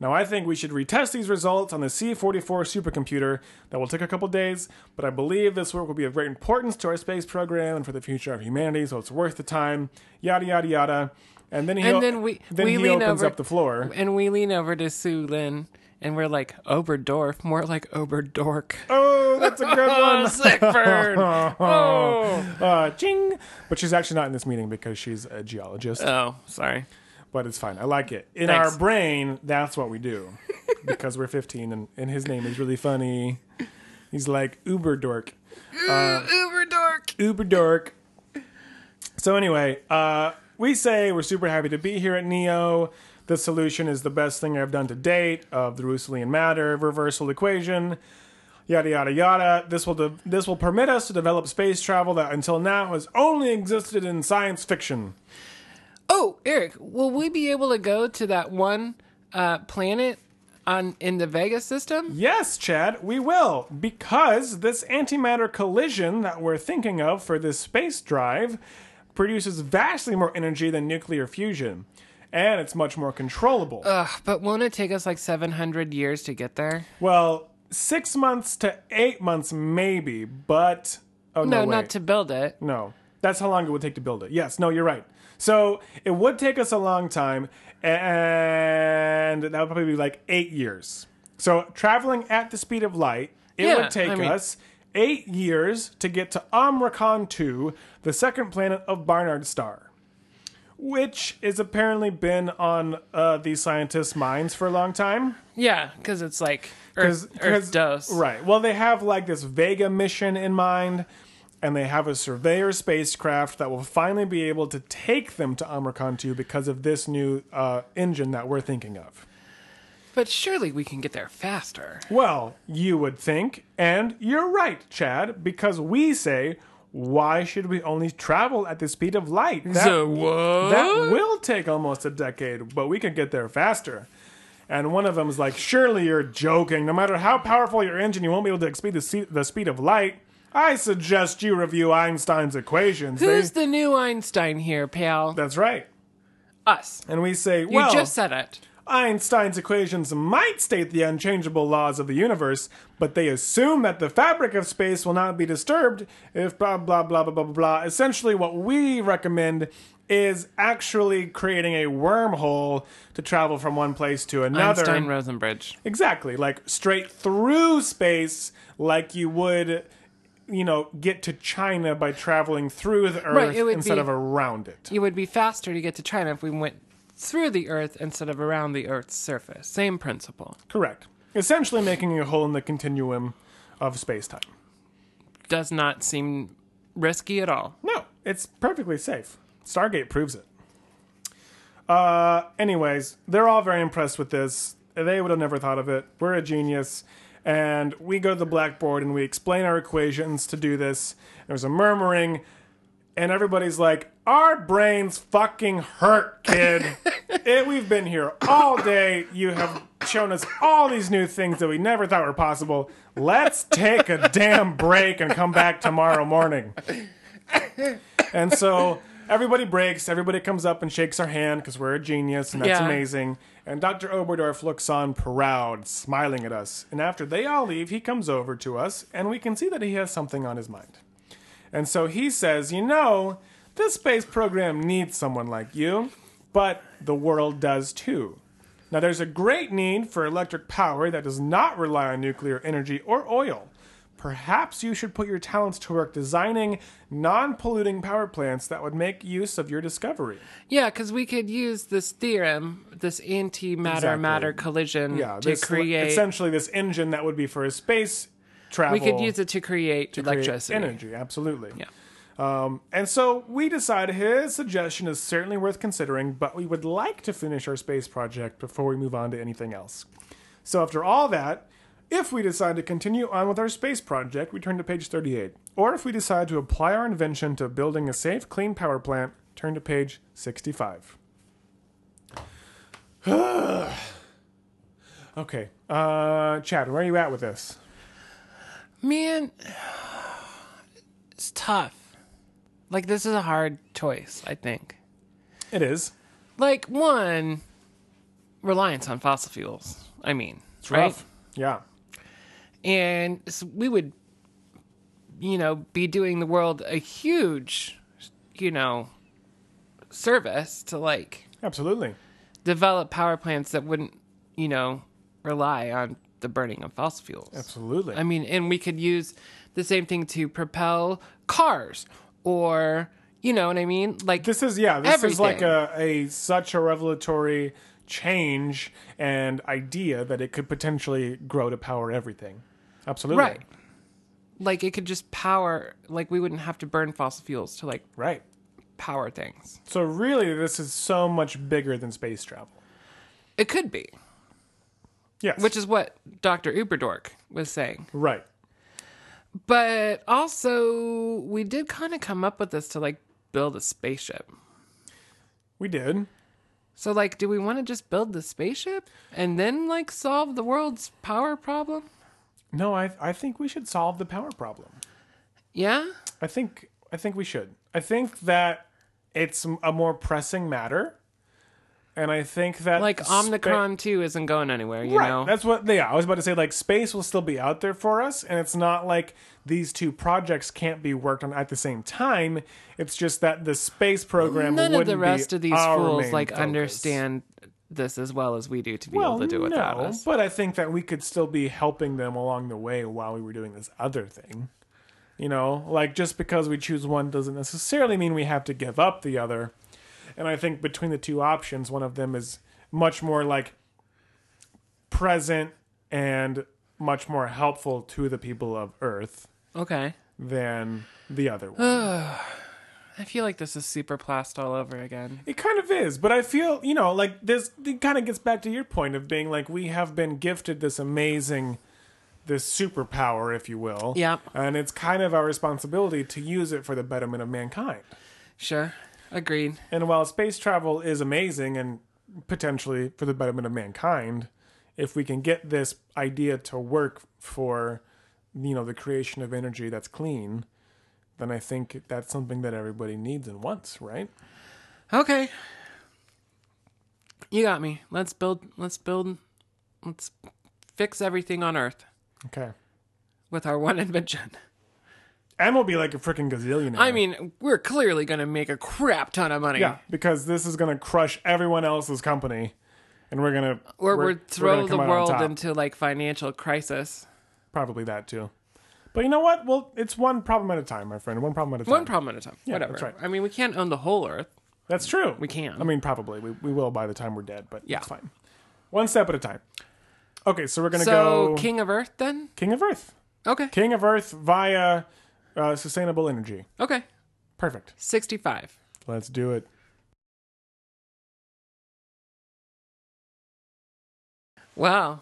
S2: Now, I think we should retest these results on the C44 supercomputer. That will take a couple days, but I believe this work will be of great importance to our space program and for the future of humanity, so it's worth the time. Yada yada yada." And then he
S1: And then we- we
S2: he
S1: lean
S2: opens
S1: over-
S2: up the floor.
S1: And we lean over to Sue Lynn and we're like Oberdorf, more like Oberdork.
S2: Oh, that's a good
S1: Oh,
S2: one.
S1: sick bird. oh.
S2: uh, ching. But she's actually not in this meeting because she's a geologist.
S1: Oh, sorry.
S2: but it's fine. I like it. In
S1: Thanks.
S2: our brain, that's what we do because we're 15 and, and his name is really funny. He's like Uber dork.
S1: Uber dork.
S2: Uber dork. So anyway, uh, we say we're super happy to be here at Neo. The solution is the best thing I've done to date of the Russellian matter reversal equation. Yada yada yada. This will de- this will permit us to develop space travel that until now has only existed in science fiction.
S1: Oh, Eric, will we be able to go to that one uh, planet on in the Vegas system?
S2: Yes, Chad, we will, because this antimatter collision that we're thinking of for this space drive produces vastly more energy than nuclear fusion, and it's much more controllable.
S1: Ugh, but won't it take us like 700 years to get there?
S2: well, six months to eight months, maybe, but. Oh,
S1: No,
S2: no, wait.
S1: not to build it.
S2: No. That's how long it would take to build it. Yes, no, you're right. So it would take us a long time, and that would probably be like eight years. So traveling at the speed of light, it
S1: Yeah,
S2: would take
S1: I mean-
S2: us eight years to get to Omricon 2, the second planet of Barnard's star, which has apparently been on uh, the scientists' minds for a long time.
S1: Yeah, because it's like Earth,
S2: 'Cause-
S1: Earth
S2: 'cause-
S1: dose.
S2: Right. Well, they have like this Vega mission in mind, and they have a surveyor spacecraft that will finally be able to take them to Omricon 2 because of this new uh, engine that we're thinking of.
S1: But surely we can get there faster.
S2: Well, you would think, and you're right, Chad, because we say, why should we only travel at the speed of light? That
S1: what?
S2: That will take almost a decade, but we could get there faster. And one of them's like, surely you're joking. No matter how powerful your engine, you won't be able to exceed the, se- the speed of light. I suggest you review Einstein's equations. They-
S1: Who's the new Einstein here, pal?
S2: That's right.
S1: Us.
S2: And we say,
S1: You
S2: well,
S1: just said it.
S2: Einstein's equations might state the unchangeable laws of the universe, but they assume that the fabric of space will not be disturbed if blah, blah, blah, blah, blah, blah, blah. Essentially, what we recommend is actually creating a wormhole to travel from one place to another.
S1: Einstein Rosenbridge.
S2: Exactly. Like straight through space, like you would, you know, get to China by traveling through the Earth
S1: it would
S2: instead
S1: be-
S2: of around it.
S1: It would be faster to get to China if we went through the Earth instead of around the Earth's surface. Same principle.
S2: Correct. Essentially, making a hole in the continuum of space time.
S1: Does not seem risky at all.
S2: No, it's perfectly safe. Stargate proves it. Uh, anyways, they're all very impressed with this. They would have never thought of it. We're a genius. And we go to the blackboard and we explain our equations to do this. There's a murmuring, and everybody's like, Our brains fucking hurt, kid. it, we've been here all day. You have shown us all these new things that we never thought were possible. Let's take a damn break and come back tomorrow morning. And so everybody breaks, everybody comes up and shakes our hand because we're a genius and that's
S1: Yeah.
S2: amazing. And Dr. Oberdorf looks on proud, smiling at us. And after they all leave, he comes over to us and we can see that he has something on his mind. And so he says, You know, this space program needs someone like you, but the world does too. Now, there's a great need for electric power that does not rely on nuclear energy or oil. Perhaps you should put your talents to work designing non polluting power plants that would make use of your discovery.
S1: Yeah, because we could use this theorem, this antimatter
S2: Exactly.
S1: matter collision,
S2: Yeah,
S1: to
S2: this,
S1: create.
S2: essentially this engine that would be for a space travel.
S1: we could use it to create
S2: create
S1: electricity.
S2: Energy, absolutely.
S1: Yeah.
S2: Um, and so we decide his suggestion is certainly worth considering, but we would like to finish our space project before we move on to anything else. So after all that, if we decide to continue on with our space project, we turn to page 38. Or if we decide to apply our invention to building a safe, clean power plant, turn to page 65. okay. Uh, Chad, where are you at with this?
S1: Man, it's tough. Like, this is a hard choice, I think.
S2: It is.
S1: Like, one, reliance on fossil fuels. I mean, right?
S2: Rough. Yeah.
S1: and so we would you know be doing the world a huge you know service to like
S2: Absolutely.
S1: develop power plants that wouldn't you know rely on the burning of fossil fuels
S2: Absolutely.
S1: i mean and we could use the same thing to propel cars or you know what i mean like
S2: this is yeah, this is like
S1: Everything.
S2: a, a such a revelatory change and idea that it could potentially grow to power everything. Absolutely.
S1: right like it could just power like we wouldn't have to burn fossil fuels to like
S2: Right.
S1: power things.
S2: So really, this is so much bigger than space travel.
S1: It could be,
S2: Yes.
S1: which is what Dr. Uberdork was saying.
S2: right.
S1: But also we did kind of come up with this to like build a spaceship.
S2: We did.
S1: So like do we want to just build the spaceship and then like solve the world's power problem?
S2: No, I I think we should solve the power problem.
S1: Yeah?
S2: I think I think we should. I think that it's m- a more pressing matter, and I think that
S1: Like
S2: spa-
S1: Omnicron 2 isn't going anywhere, you
S2: right.
S1: know.
S2: That's what they. Yeah, I was about to say like space will still be out there for us, and it's not like these two projects can't be worked on at the same time. It's just that the space program
S1: None
S2: wouldn't
S1: of the rest
S2: be
S1: of these
S2: our
S1: fools
S2: main
S1: like
S2: focus.
S1: understand this as well as we do to be
S2: Well,
S1: able to do
S2: no,
S1: without us.
S2: but I think that we could still be helping them along the way while we were doing this other thing. You know, like just because we choose one doesn't necessarily mean we have to give up the other. And I think between the two options, one of them is much more like present and much more helpful to the people of Earth
S1: Okay.
S2: than the other one.
S1: I feel like this is super plast all over again.
S2: It kind of is, but I feel, you know, like this it kind of gets back to your point of being like we have been gifted this amazing this superpower, if you will.
S1: Yep.
S2: And it's kind of our responsibility to use it for the betterment of mankind.
S1: Sure. Agreed.
S2: And while space travel is amazing and potentially for the betterment of mankind, if we can get this idea to work for you know the creation of energy that's clean, then I think that's something that everybody needs and wants, right?
S1: Okay. You got me. Let's build let's build let's fix everything on earth
S2: Okay.
S1: with our one invention.
S2: And we'll be like a freaking gazillionaire.
S1: I mean, we're clearly going to make a crap ton of money.
S2: Yeah, because this is gonna crush everyone else's company, and we're gonna
S1: Or
S2: we're-
S1: we're,
S2: we're
S1: throw
S2: gonna
S1: the
S2: come out on
S1: world
S2: top.
S1: into like financial crisis.
S2: probably that too. But you know what? Well, it's one problem at a time, my friend. One problem at a time.
S1: One problem at a time. Whatever.
S2: that's right.
S1: I mean, we can't own the whole earth.
S2: That's true. We
S1: can.
S2: I mean, probably we, we will by the time we're dead, but
S1: Yeah.
S2: it's fine. One step at a time. Okay, so we're gonna
S1: So,
S2: go
S1: King of Earth then?
S2: King of Earth,
S1: Okay.
S2: King of Earth via uh, sustainable energy.
S1: Okay.
S2: Perfect.
S1: 65.
S2: Let's do it.
S1: Wow.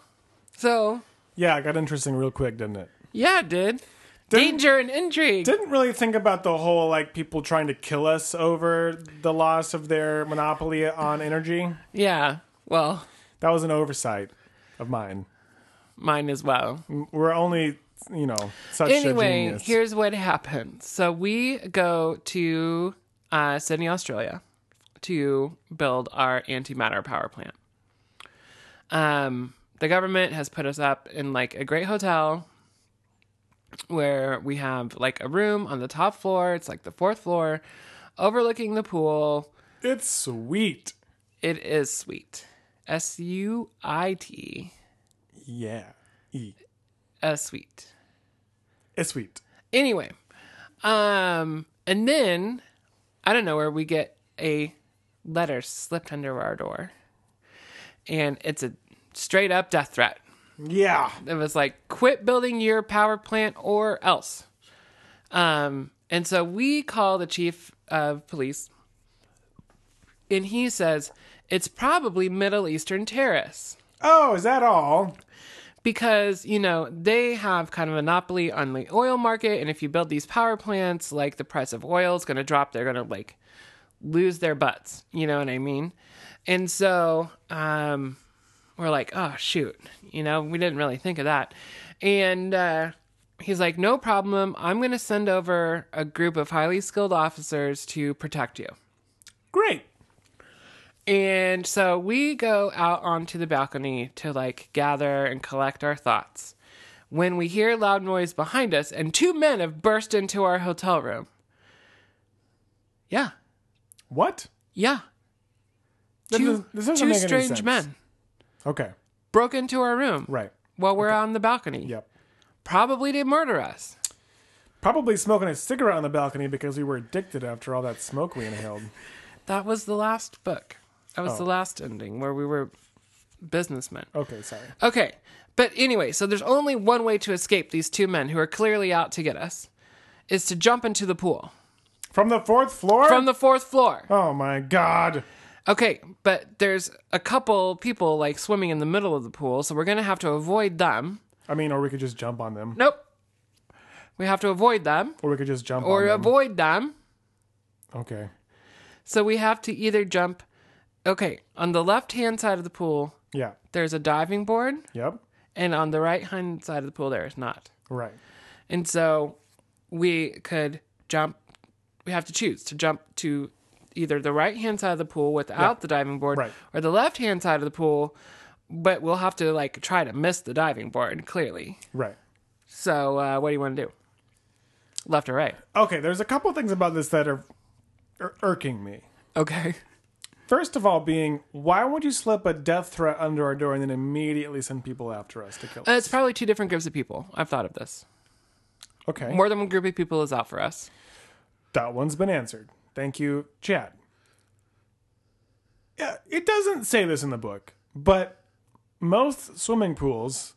S1: So,
S2: Yeah, it got interesting real quick, didn't it?
S1: yeah, it did.
S2: Didn't-
S1: Danger and intrigue.
S2: Didn't really think about the whole like people trying to kill us over the loss of their monopoly on energy.
S1: yeah. Well,
S2: That was an oversight of mine.
S1: mine as well.
S2: We're only, you know, such a
S1: anyway,
S2: genius.
S1: here's what happened. So we go to uh, Sydney, Australia, to build our antimatter power plant. Um, the government has put us up in like a great hotel where we have like a room on the top floor. It's like the fourth floor, overlooking the pool.
S2: it's sweet.
S1: It is sweet. S U I T.
S2: Yeah, E.
S1: A uh, sweet.
S2: it's sweet.
S1: Anyway, um, and then I don't know where we get a letter slipped under our door, and it's a straight up death threat.
S2: Yeah,
S1: It was like, quit building your power plant or else. Um, and so we call the chief of police, and he says it's probably Middle Eastern terrorists
S2: Oh, is that all?
S1: because you know they have kind of monopoly on the oil market and if you build these power plants like the price of oil is going to drop they're going to like lose their butts you know what i mean and so um we're like oh shoot you know we didn't really think of that and uh he's like no problem i'm going to send over a group of highly skilled officers to protect you
S2: Great.
S1: and so we go out onto the balcony to like gather and collect our thoughts. When we hear a loud noise behind us, and two men have burst into our hotel room. Yeah,
S2: What?
S1: yeah.
S2: This
S1: Two,
S2: is- this doesn't
S1: two
S2: make any
S1: strange
S2: sense.
S1: men
S2: Okay,
S1: broke into our room
S2: right.
S1: while we're on the balcony.
S2: Yep.
S1: Probably to murder us.
S2: Probably smoking a cigarette on the balcony because we were addicted after all that smoke we inhaled.
S1: That was the last book. That was
S2: Oh.
S1: the last ending where we were businessmen.
S2: Okay, sorry.
S1: Okay. But anyway, so there's only one way to escape these two men who are clearly out to get us is to jump into the pool
S2: From the fourth floor?
S1: from the fourth floor.
S2: oh my god.
S1: Okay, but there's a couple people like swimming in the middle of the pool, so we're going to have to avoid them.
S2: I mean, or we could just jump on them.
S1: Nope. We have to avoid them
S2: Or we could just jump
S1: or
S2: on them.
S1: avoid them.
S2: okay.
S1: So we have to either jump Okay, on the left-hand side of the pool
S2: Yeah.
S1: there's a diving board
S2: Yep.
S1: and on the right-hand side of the pool there is not.
S2: Right.
S1: And so we could jump. We have to choose to jump to either the right hand side of the pool without the diving board
S2: Right.
S1: or the left hand side of the pool, but we'll have to like try to miss the diving board clearly.
S2: Right.
S1: So uh, what do you want to do? Left or right?
S2: Okay, there's a couple things about this that are ir- irking me.
S1: Okay.
S2: First of all, being why would you slip a death threat under our door and then immediately send people after us to kill
S1: Uh,
S2: us?
S1: it's probably two different groups of people. I've thought of this.
S2: Okay,
S1: More than one group of people is out for us.
S2: that one's been answered. Thank you, Chad. Yeah, it doesn't say this in the book, but most swimming pools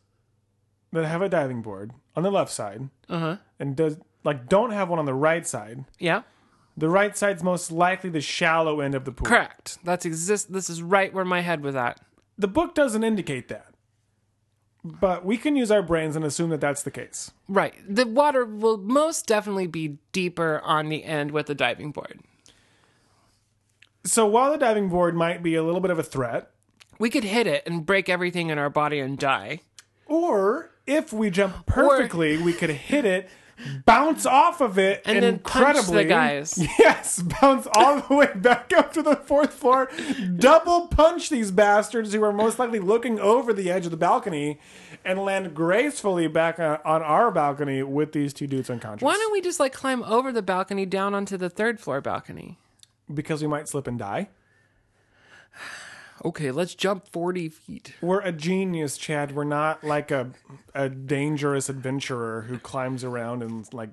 S2: that have a diving board on the left side
S1: Uh huh.
S2: and does like don't have one on the right side.
S1: Yeah.
S2: The right side's most likely the shallow end of the pool.
S1: Correct. That's exist. This is right where my head was at.
S2: The book doesn't indicate that. But we can use our brains and assume that that's the case.
S1: Right. The water will most definitely be deeper on the end with the diving board.
S2: So while the diving board might be a little bit of a threat,
S1: We could hit it and break everything in our body and die.
S2: or if we jump perfectly, we could hit it, bounce off of it
S1: And then punch the
S2: incredibly.
S1: guys.
S2: Yes, bounce all the way back up to the fourth floor, double punch these bastards who are most likely looking over the edge of the balcony, and land gracefully back on, on our balcony with these two dudes unconscious.
S1: Why don't we just like climb over the balcony down onto the third floor balcony?
S2: Because we might slip and die.
S1: Okay, let's jump 40 feet.
S2: We're a genius, Chad. We're not like a a dangerous adventurer who climbs around and like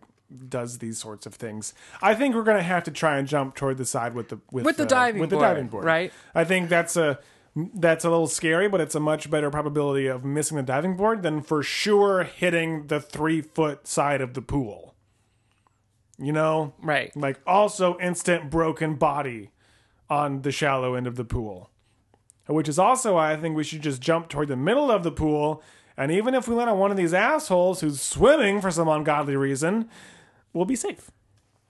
S2: does these sorts of things. I think we're gonna have to try and jump toward the side with the with,
S1: With the
S2: uh,
S1: diving
S2: with the
S1: board,
S2: diving board,
S1: right?
S2: I think that's a that's a little scary, but it's a much better probability of missing the diving board than for sure hitting the three foot side of the pool. You know,
S1: Right.
S2: like also instant broken body on the shallow end of the pool which is also why i think we should just jump toward the middle of the pool and even if we land on one of these assholes who's swimming for some ungodly reason we'll be safe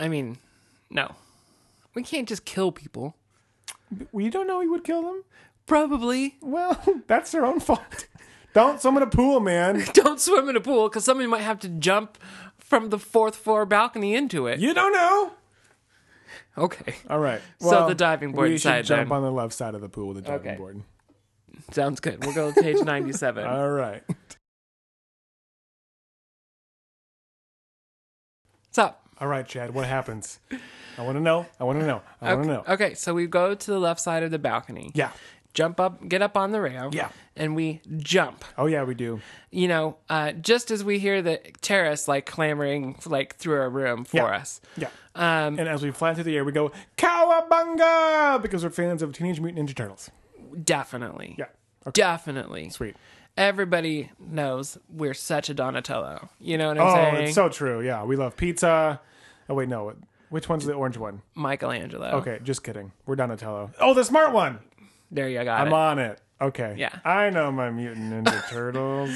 S1: I mean, no. We can't just kill people.
S2: we don't know we would kill them
S1: Probably.
S2: well that's their own fault don't swim in a pool man
S1: Don't swim in a pool because somebody might have to jump from the fourth floor balcony into it.
S2: you don't know
S1: Okay.
S2: all right
S1: So the diving board
S2: we should
S1: side,
S2: jump
S1: then.
S2: on the left side of the pool with the diving
S1: Okay.
S2: board
S1: Sounds good. We'll go to page 97.
S2: all right
S1: What's up?
S2: all right chad what happens i want to know i want to know i want to know
S1: Okay, so we go to the left side of the balcony.
S2: yeah
S1: jump up, get up on the rail.
S2: Yeah.
S1: And we jump.
S2: oh yeah we do
S1: You know, uh, just as we hear the terrorists like clamoring like through our room for
S2: Yeah.
S1: us.
S2: yeah
S1: Um,
S2: And as we fly through the air, we go cowabunga because we're fans of Teenage Mutant Ninja Turtles.
S1: definitely.
S2: Yeah, okay,
S1: Definitely.
S2: sweet.
S1: Everybody knows we're such a Donatello. You know what I'm
S2: Oh,
S1: saying?
S2: it's so true. Yeah, we love pizza. Oh wait, no. Which one's the orange one?
S1: Michelangelo.
S2: Okay, just kidding. We're Donatello. Oh, the smart one.
S1: There you got
S2: I'm
S1: it.
S2: on it. Okay.
S1: Yeah.
S2: I know my Mutant Ninja Turtles.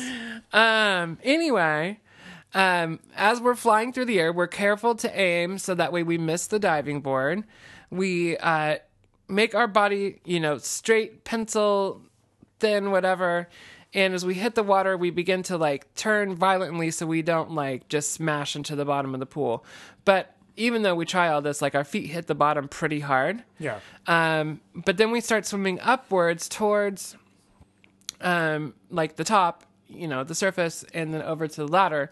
S1: Um anyway, um as we're flying through the air, we're careful to aim so that way we miss the diving board. We uh make our body, you know, straight pencil thin whatever. And as we hit the water, we begin to like turn violently so we don't like just smash into the bottom of the pool. But even though we try all this, like our feet hit the bottom pretty hard.
S2: Yeah.
S1: Um, but then we start swimming upwards towards um, like the top, you know, the surface, and then over to the ladder.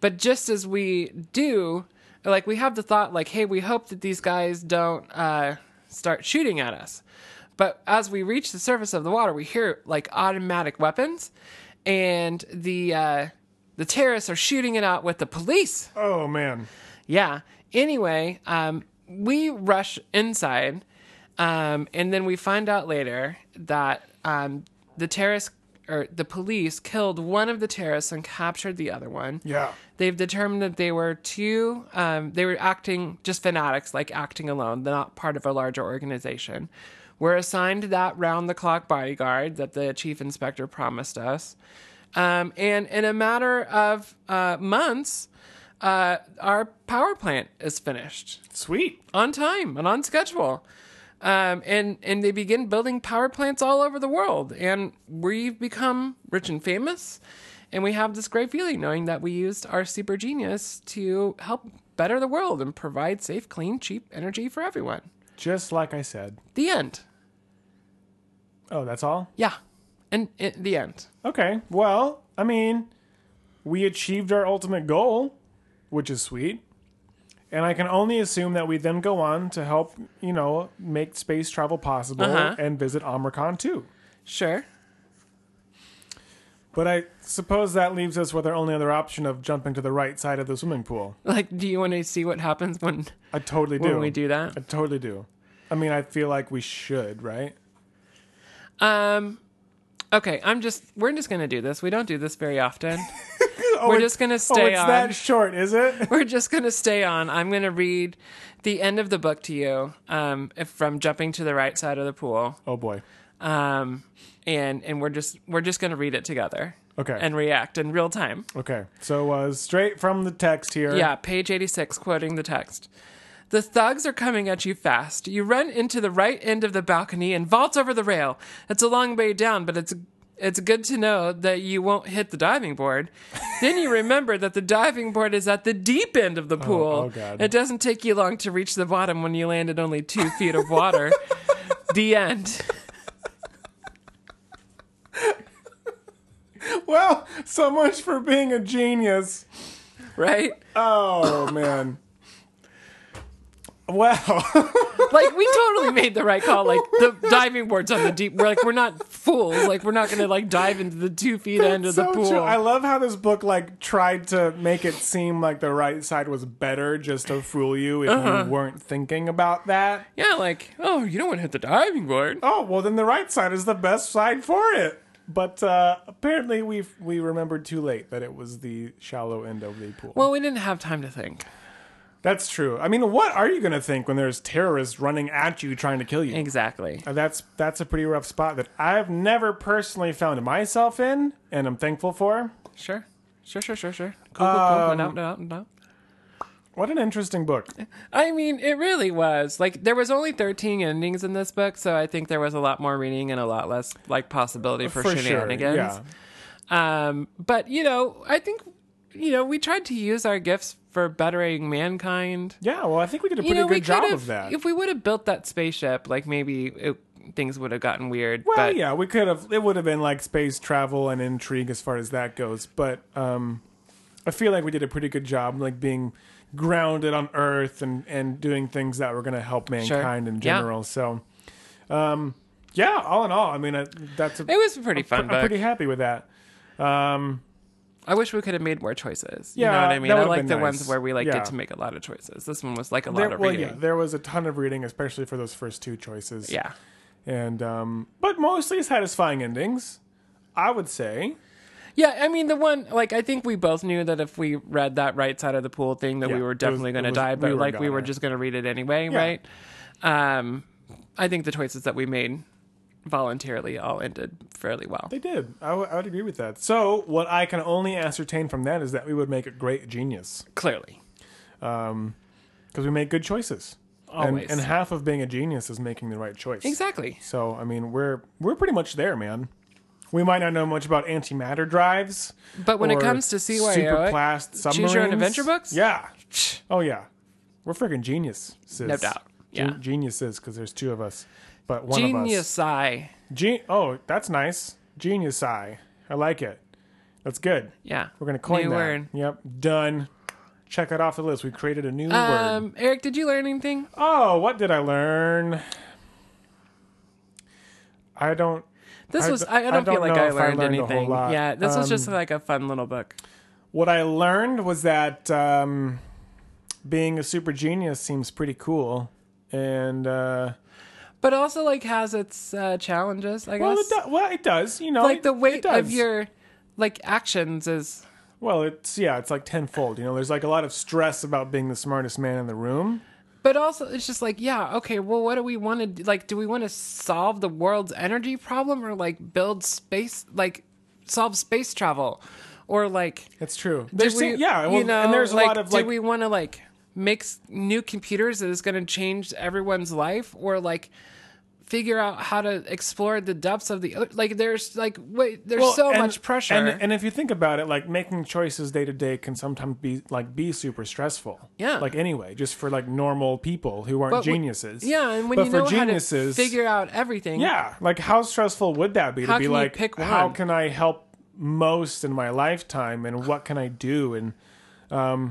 S1: But just as we do, like we have the thought, like, hey, we hope that these guys don't uh, start shooting at us. But as we reach the surface of the water, we hear like automatic weapons, and the uh, the terrorists are shooting it out with the police.
S2: Oh man.
S1: Yeah. Anyway, um, we rush inside, um, and then we find out later that um, the terrorists or the police killed one of the terrorists and captured the other one.
S2: Yeah.
S1: They've determined that they were two, um, they were acting just fanatics, like acting alone, they're not part of a larger organization. We're assigned that round the clock bodyguard that the chief inspector promised us. Um, and in a matter of uh, months, uh, our power plant is finished
S2: Sweet.
S1: on time and on schedule. Um, and and they begin building power plants all over the world, and we've become rich and famous, and we have this great feeling knowing that we used our super genius to help better the world and provide safe, clean, cheap energy for everyone.
S2: Just like I said.
S1: The end.
S2: Oh, that's all?
S1: Yeah, and it, the end.
S2: Okay. Well, I mean, we achieved our ultimate goal, which is sweet. And I can only assume that we then go on to help, you know, make space travel possible
S1: Uh-huh.
S2: and visit Omricon too.
S1: Sure.
S2: But I suppose that leaves us with our only other option of jumping to the right side of the swimming pool.
S1: Like, do you want to see what happens when
S2: I totally do.
S1: when we do that?
S2: I totally do. I mean, I feel like we should, right?
S1: Um, okay. I'm just. We're just gonna do this. We don't do this very often. we're just gonna
S2: Oh,
S1: stay
S2: it's
S1: on.
S2: that short, is it?
S1: we're just going to stay on. I'm going to read the end of the book to you um, if- from jumping to the right side of the pool,
S2: Oh boy.
S1: um, and and we're just we're just going to read it together
S2: Okay.
S1: and react in real time.
S2: okay. So uh, straight from the text here.
S1: Yeah, page 86, quoting the text. The thugs are coming at you fast. You run into the right end of the balcony and vault over the rail. It's a long way down, but it's it's good to know that you won't hit the diving board. then you remember that the diving board is at the deep end of the pool.
S2: oh God.
S1: It doesn't take you long to reach the bottom when you land at only two feet of water. the end.
S2: Well, so much for being a genius.
S1: Right?
S2: Oh man. Wow.
S1: Like we totally made the right call. Like the diving board's on the deep. We're like we're not fools. Like we're not gonna like dive into the two feet end of the
S2: so
S1: pool.
S2: true. I love how this book like tried to make it seem like the right side was better just to fool you if
S1: Uh-huh.
S2: you weren't thinking about that.
S1: Yeah, like, oh, you don't want to hit the diving board.
S2: Oh, well then the right side is the best side for it. But uh, apparently we we remembered too late that it was the shallow end of the pool.
S1: Well, we didn't have time to think.
S2: That's true. I mean, what are you going to think when there's terrorists running at you trying to kill you?
S1: Exactly.
S2: Uh, That's that's a pretty rough spot that I've never personally found myself in, and I'm thankful for.
S1: Sure. Sure, sure, sure, sure. Cool, cool, cool. No, no, no.
S2: What an interesting book.
S1: I mean, it really was. Like, there was only 13 endings in this book, so I think there was a lot more reading and a lot less, like, possibility for, shenanigans.
S2: Yeah.
S1: Um, but, you know, I think, you know, we tried to use our gifts for bettering mankind.
S2: Yeah, well, I think we did a pretty
S1: you know, we
S2: good job
S1: could
S2: of that.
S1: If we would have built that spaceship, like, maybe it, things would have gotten weird.
S2: well,
S1: but
S2: yeah, we could have. It would have been like space travel and intrigue as far as that goes, but um, I feel like we did a pretty good job, like being grounded on Earth and and doing things that were going to help mankind in
S1: Yeah.
S2: general. So, um, yeah, all in all, I mean, I, that's a,
S1: it was a pretty fun
S2: I'm
S1: book.
S2: pretty happy with that. Um,
S1: I wish we could have made more choices. You know
S2: Yeah,
S1: what I mean?
S2: that
S1: I
S2: would've
S1: like
S2: been
S1: the
S2: nice.
S1: ones where we like
S2: Yeah.
S1: get to make a lot of choices. This one was like a lot
S2: There-
S1: of
S2: well, yeah,
S1: reading.
S2: there was a ton of reading, especially for those first two choices.
S1: Yeah.
S2: and um, but mostly satisfying endings, I would say.
S1: yeah. I mean the one like I think we both knew that if we read that right side of the pool thing that
S2: Yeah,
S1: we were
S2: it was-
S1: definitely gonna
S2: it was-
S1: die,
S2: we
S1: but
S2: were
S1: like we were
S2: gonna.
S1: just gonna read it anyway, right? Um I think the choices that we made voluntarily all ended fairly well.
S2: They did. I, w- I would agree with that. So what I can only ascertain from that is that we would make a great genius
S1: Clearly.
S2: because we make good choices.
S1: Always.
S2: And, and half of being a genius is making the right choice.
S1: Exactly.
S2: So I mean, we're we're pretty much there, man. We might not know much about antimatter drives,
S1: But when it
S2: or
S1: comes to CYO,
S2: superplast submarines,
S1: choose your own adventure books?
S2: Yeah, Oh yeah, we're freaking genius, sis.
S1: No doubt. Yeah.
S2: Gen- geniuses because there's two of us, but one of us.
S1: Genius I.
S2: Gen- oh, that's nice. Genius eye. I like it. That's good.
S1: Yeah.
S2: We're gonna coin
S1: New
S2: that.
S1: word.
S2: Yep, done. Check that off the list. We created a new word.
S1: Um, Eric, did you learn anything?
S2: Oh, what did I learn? I don't.
S1: This
S2: I
S1: was
S2: d-
S1: I, I
S2: I
S1: don't feel
S2: don't
S1: like
S2: know
S1: I
S2: if I
S1: learned,
S2: learned a whole
S1: anything.
S2: lot. Um,
S1: Yeah, this was just like a fun little book.
S2: What I learned was that um, being a super genius seems pretty cool, and. Uh,
S1: but also like has its uh, challenges. I
S2: Well, it
S1: guess
S2: do- well, it does. You know,
S1: like the
S2: it- it
S1: weight of
S2: does.
S1: your like actions is
S2: Well, it's yeah, it's like tenfold. You know, there's like a lot of stress about being the smartest man in the room.
S1: But also, it's just like, yeah, okay, well, what do we want to do? Like, do we want to solve the world's energy problem or like build space, like solve space travel? Or like,
S2: It's true.
S1: do
S2: There's
S1: we,
S2: yeah, well,
S1: you know,
S2: and there's a
S1: like,
S2: lot of like
S1: do we want to like make s- new computers that is going to change everyone's life or like figure out how to explore the depths of the other? Like, there's like, wait, there's
S2: Well,
S1: so
S2: and-
S1: much pressure.
S2: And, and if you think about it, like making choices day to day can sometimes be like be super stressful.
S1: Yeah.
S2: Like anyway, just for like normal people who aren't
S1: But w-
S2: geniuses.
S1: yeah, and when
S2: but
S1: you
S2: for
S1: know
S2: geniuses,
S1: how to figure out everything,
S2: yeah, like how stressful would that be
S1: How
S2: to be
S1: can you
S2: like,
S1: pick
S2: how
S1: one?
S2: can I help most in my lifetime, and what can I do? And um,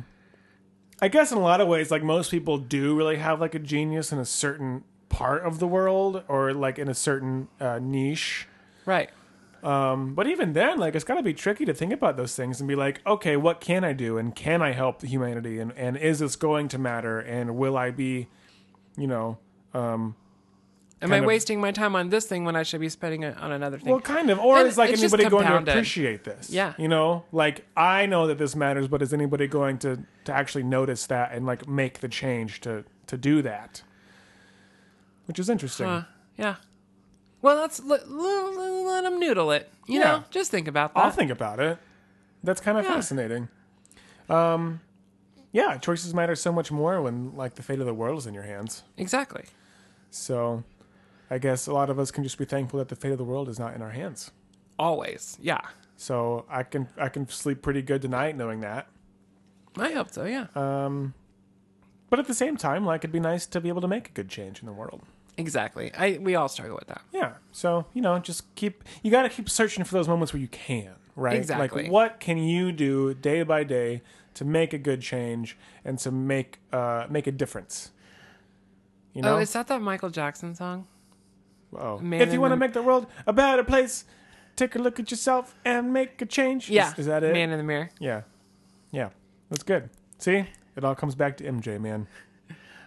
S2: I guess in a lot of ways, like most people do, really have like a genius in a certain part of the world or like in a certain uh, niche.
S1: right.
S2: But even then, like it's got to be tricky to think about those things and be like, okay, what can I do, and can I help humanity, and and is this going to matter, and will I be, you know,
S1: Am
S2: kind
S1: I
S2: of-
S1: wasting my time on this thing when I should be spending it on another thing?
S2: well, kind of, or
S1: And
S2: is like
S1: it's just
S2: anybody going to
S1: compounded.
S2: appreciate this?
S1: Yeah.
S2: you know, like I know that this matters, but is anybody going to to actually notice that and like make the change to to do that? Which is interesting.
S1: Uh, yeah. Well, let's let, let, let them noodle it. You
S2: Yeah.
S1: know, just think about that.
S2: I'll think about it. That's kind of
S1: Uh, Yeah.
S2: fascinating. Um, yeah, choices matter so much more when like the fate of the world is in your hands.
S1: exactly.
S2: So I guess a lot of us can just be thankful that the fate of the world is not in our hands.
S1: Always. Yeah.
S2: So I can I can sleep pretty good tonight knowing that.
S1: I hope so. Yeah.
S2: But at the same time, like it'd be nice to be able to make a good change in the world.
S1: exactly. I we all struggle with that.
S2: Yeah. So, you know, just keep you got to keep searching for those moments where you can, right?
S1: Exactly.
S2: Like what can you do day by day to make a good change and to make uh make a difference? You know?
S1: Oh, is that that Michael Jackson song?
S2: Oh.
S1: Man
S2: If you
S1: in
S2: want to
S1: the-
S2: make the world a better place, take a look at yourself and make a change.
S1: Yeah.
S2: Is, is that it?
S1: Man in the Mirror.
S2: Yeah. Yeah. That's good. See? It all comes back to MJ, man.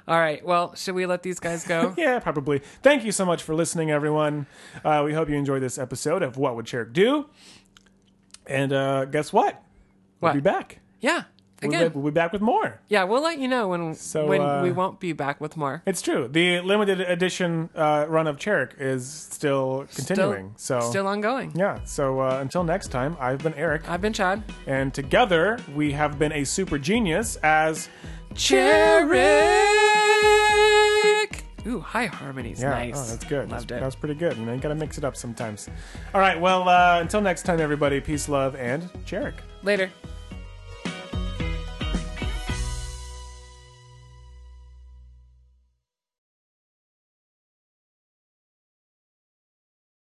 S1: All right. Well, should we let these guys go?
S2: Yeah, probably. Thank you so much for listening, everyone. Uh, we hope you enjoyed this episode of What Would Cherrick Do? And uh, guess what?
S1: What?
S2: We'll be back.
S1: yeah.
S2: We'll be-
S1: Again.
S2: We'll be back with more.
S1: yeah. We'll let you know when
S2: So,
S1: when
S2: uh,
S1: we won't be back with more.
S2: It's true. The limited edition uh, run of Cherrick is still continuing. so,
S1: Still ongoing.
S2: Oh. yeah. So uh, until next time, I've been Eric.
S1: I've been Chad.
S2: and together we have been a super genius as
S1: Cherrick. Ooh, high harmonies.
S2: Yeah,
S1: Nice.
S2: oh, that's
S1: Loved
S2: good. that's,
S1: it.
S2: That was pretty good. You know, you gotta mix it up sometimes. All right, well, uh, until next time, everybody. Peace, love, and Jarek.
S1: Later.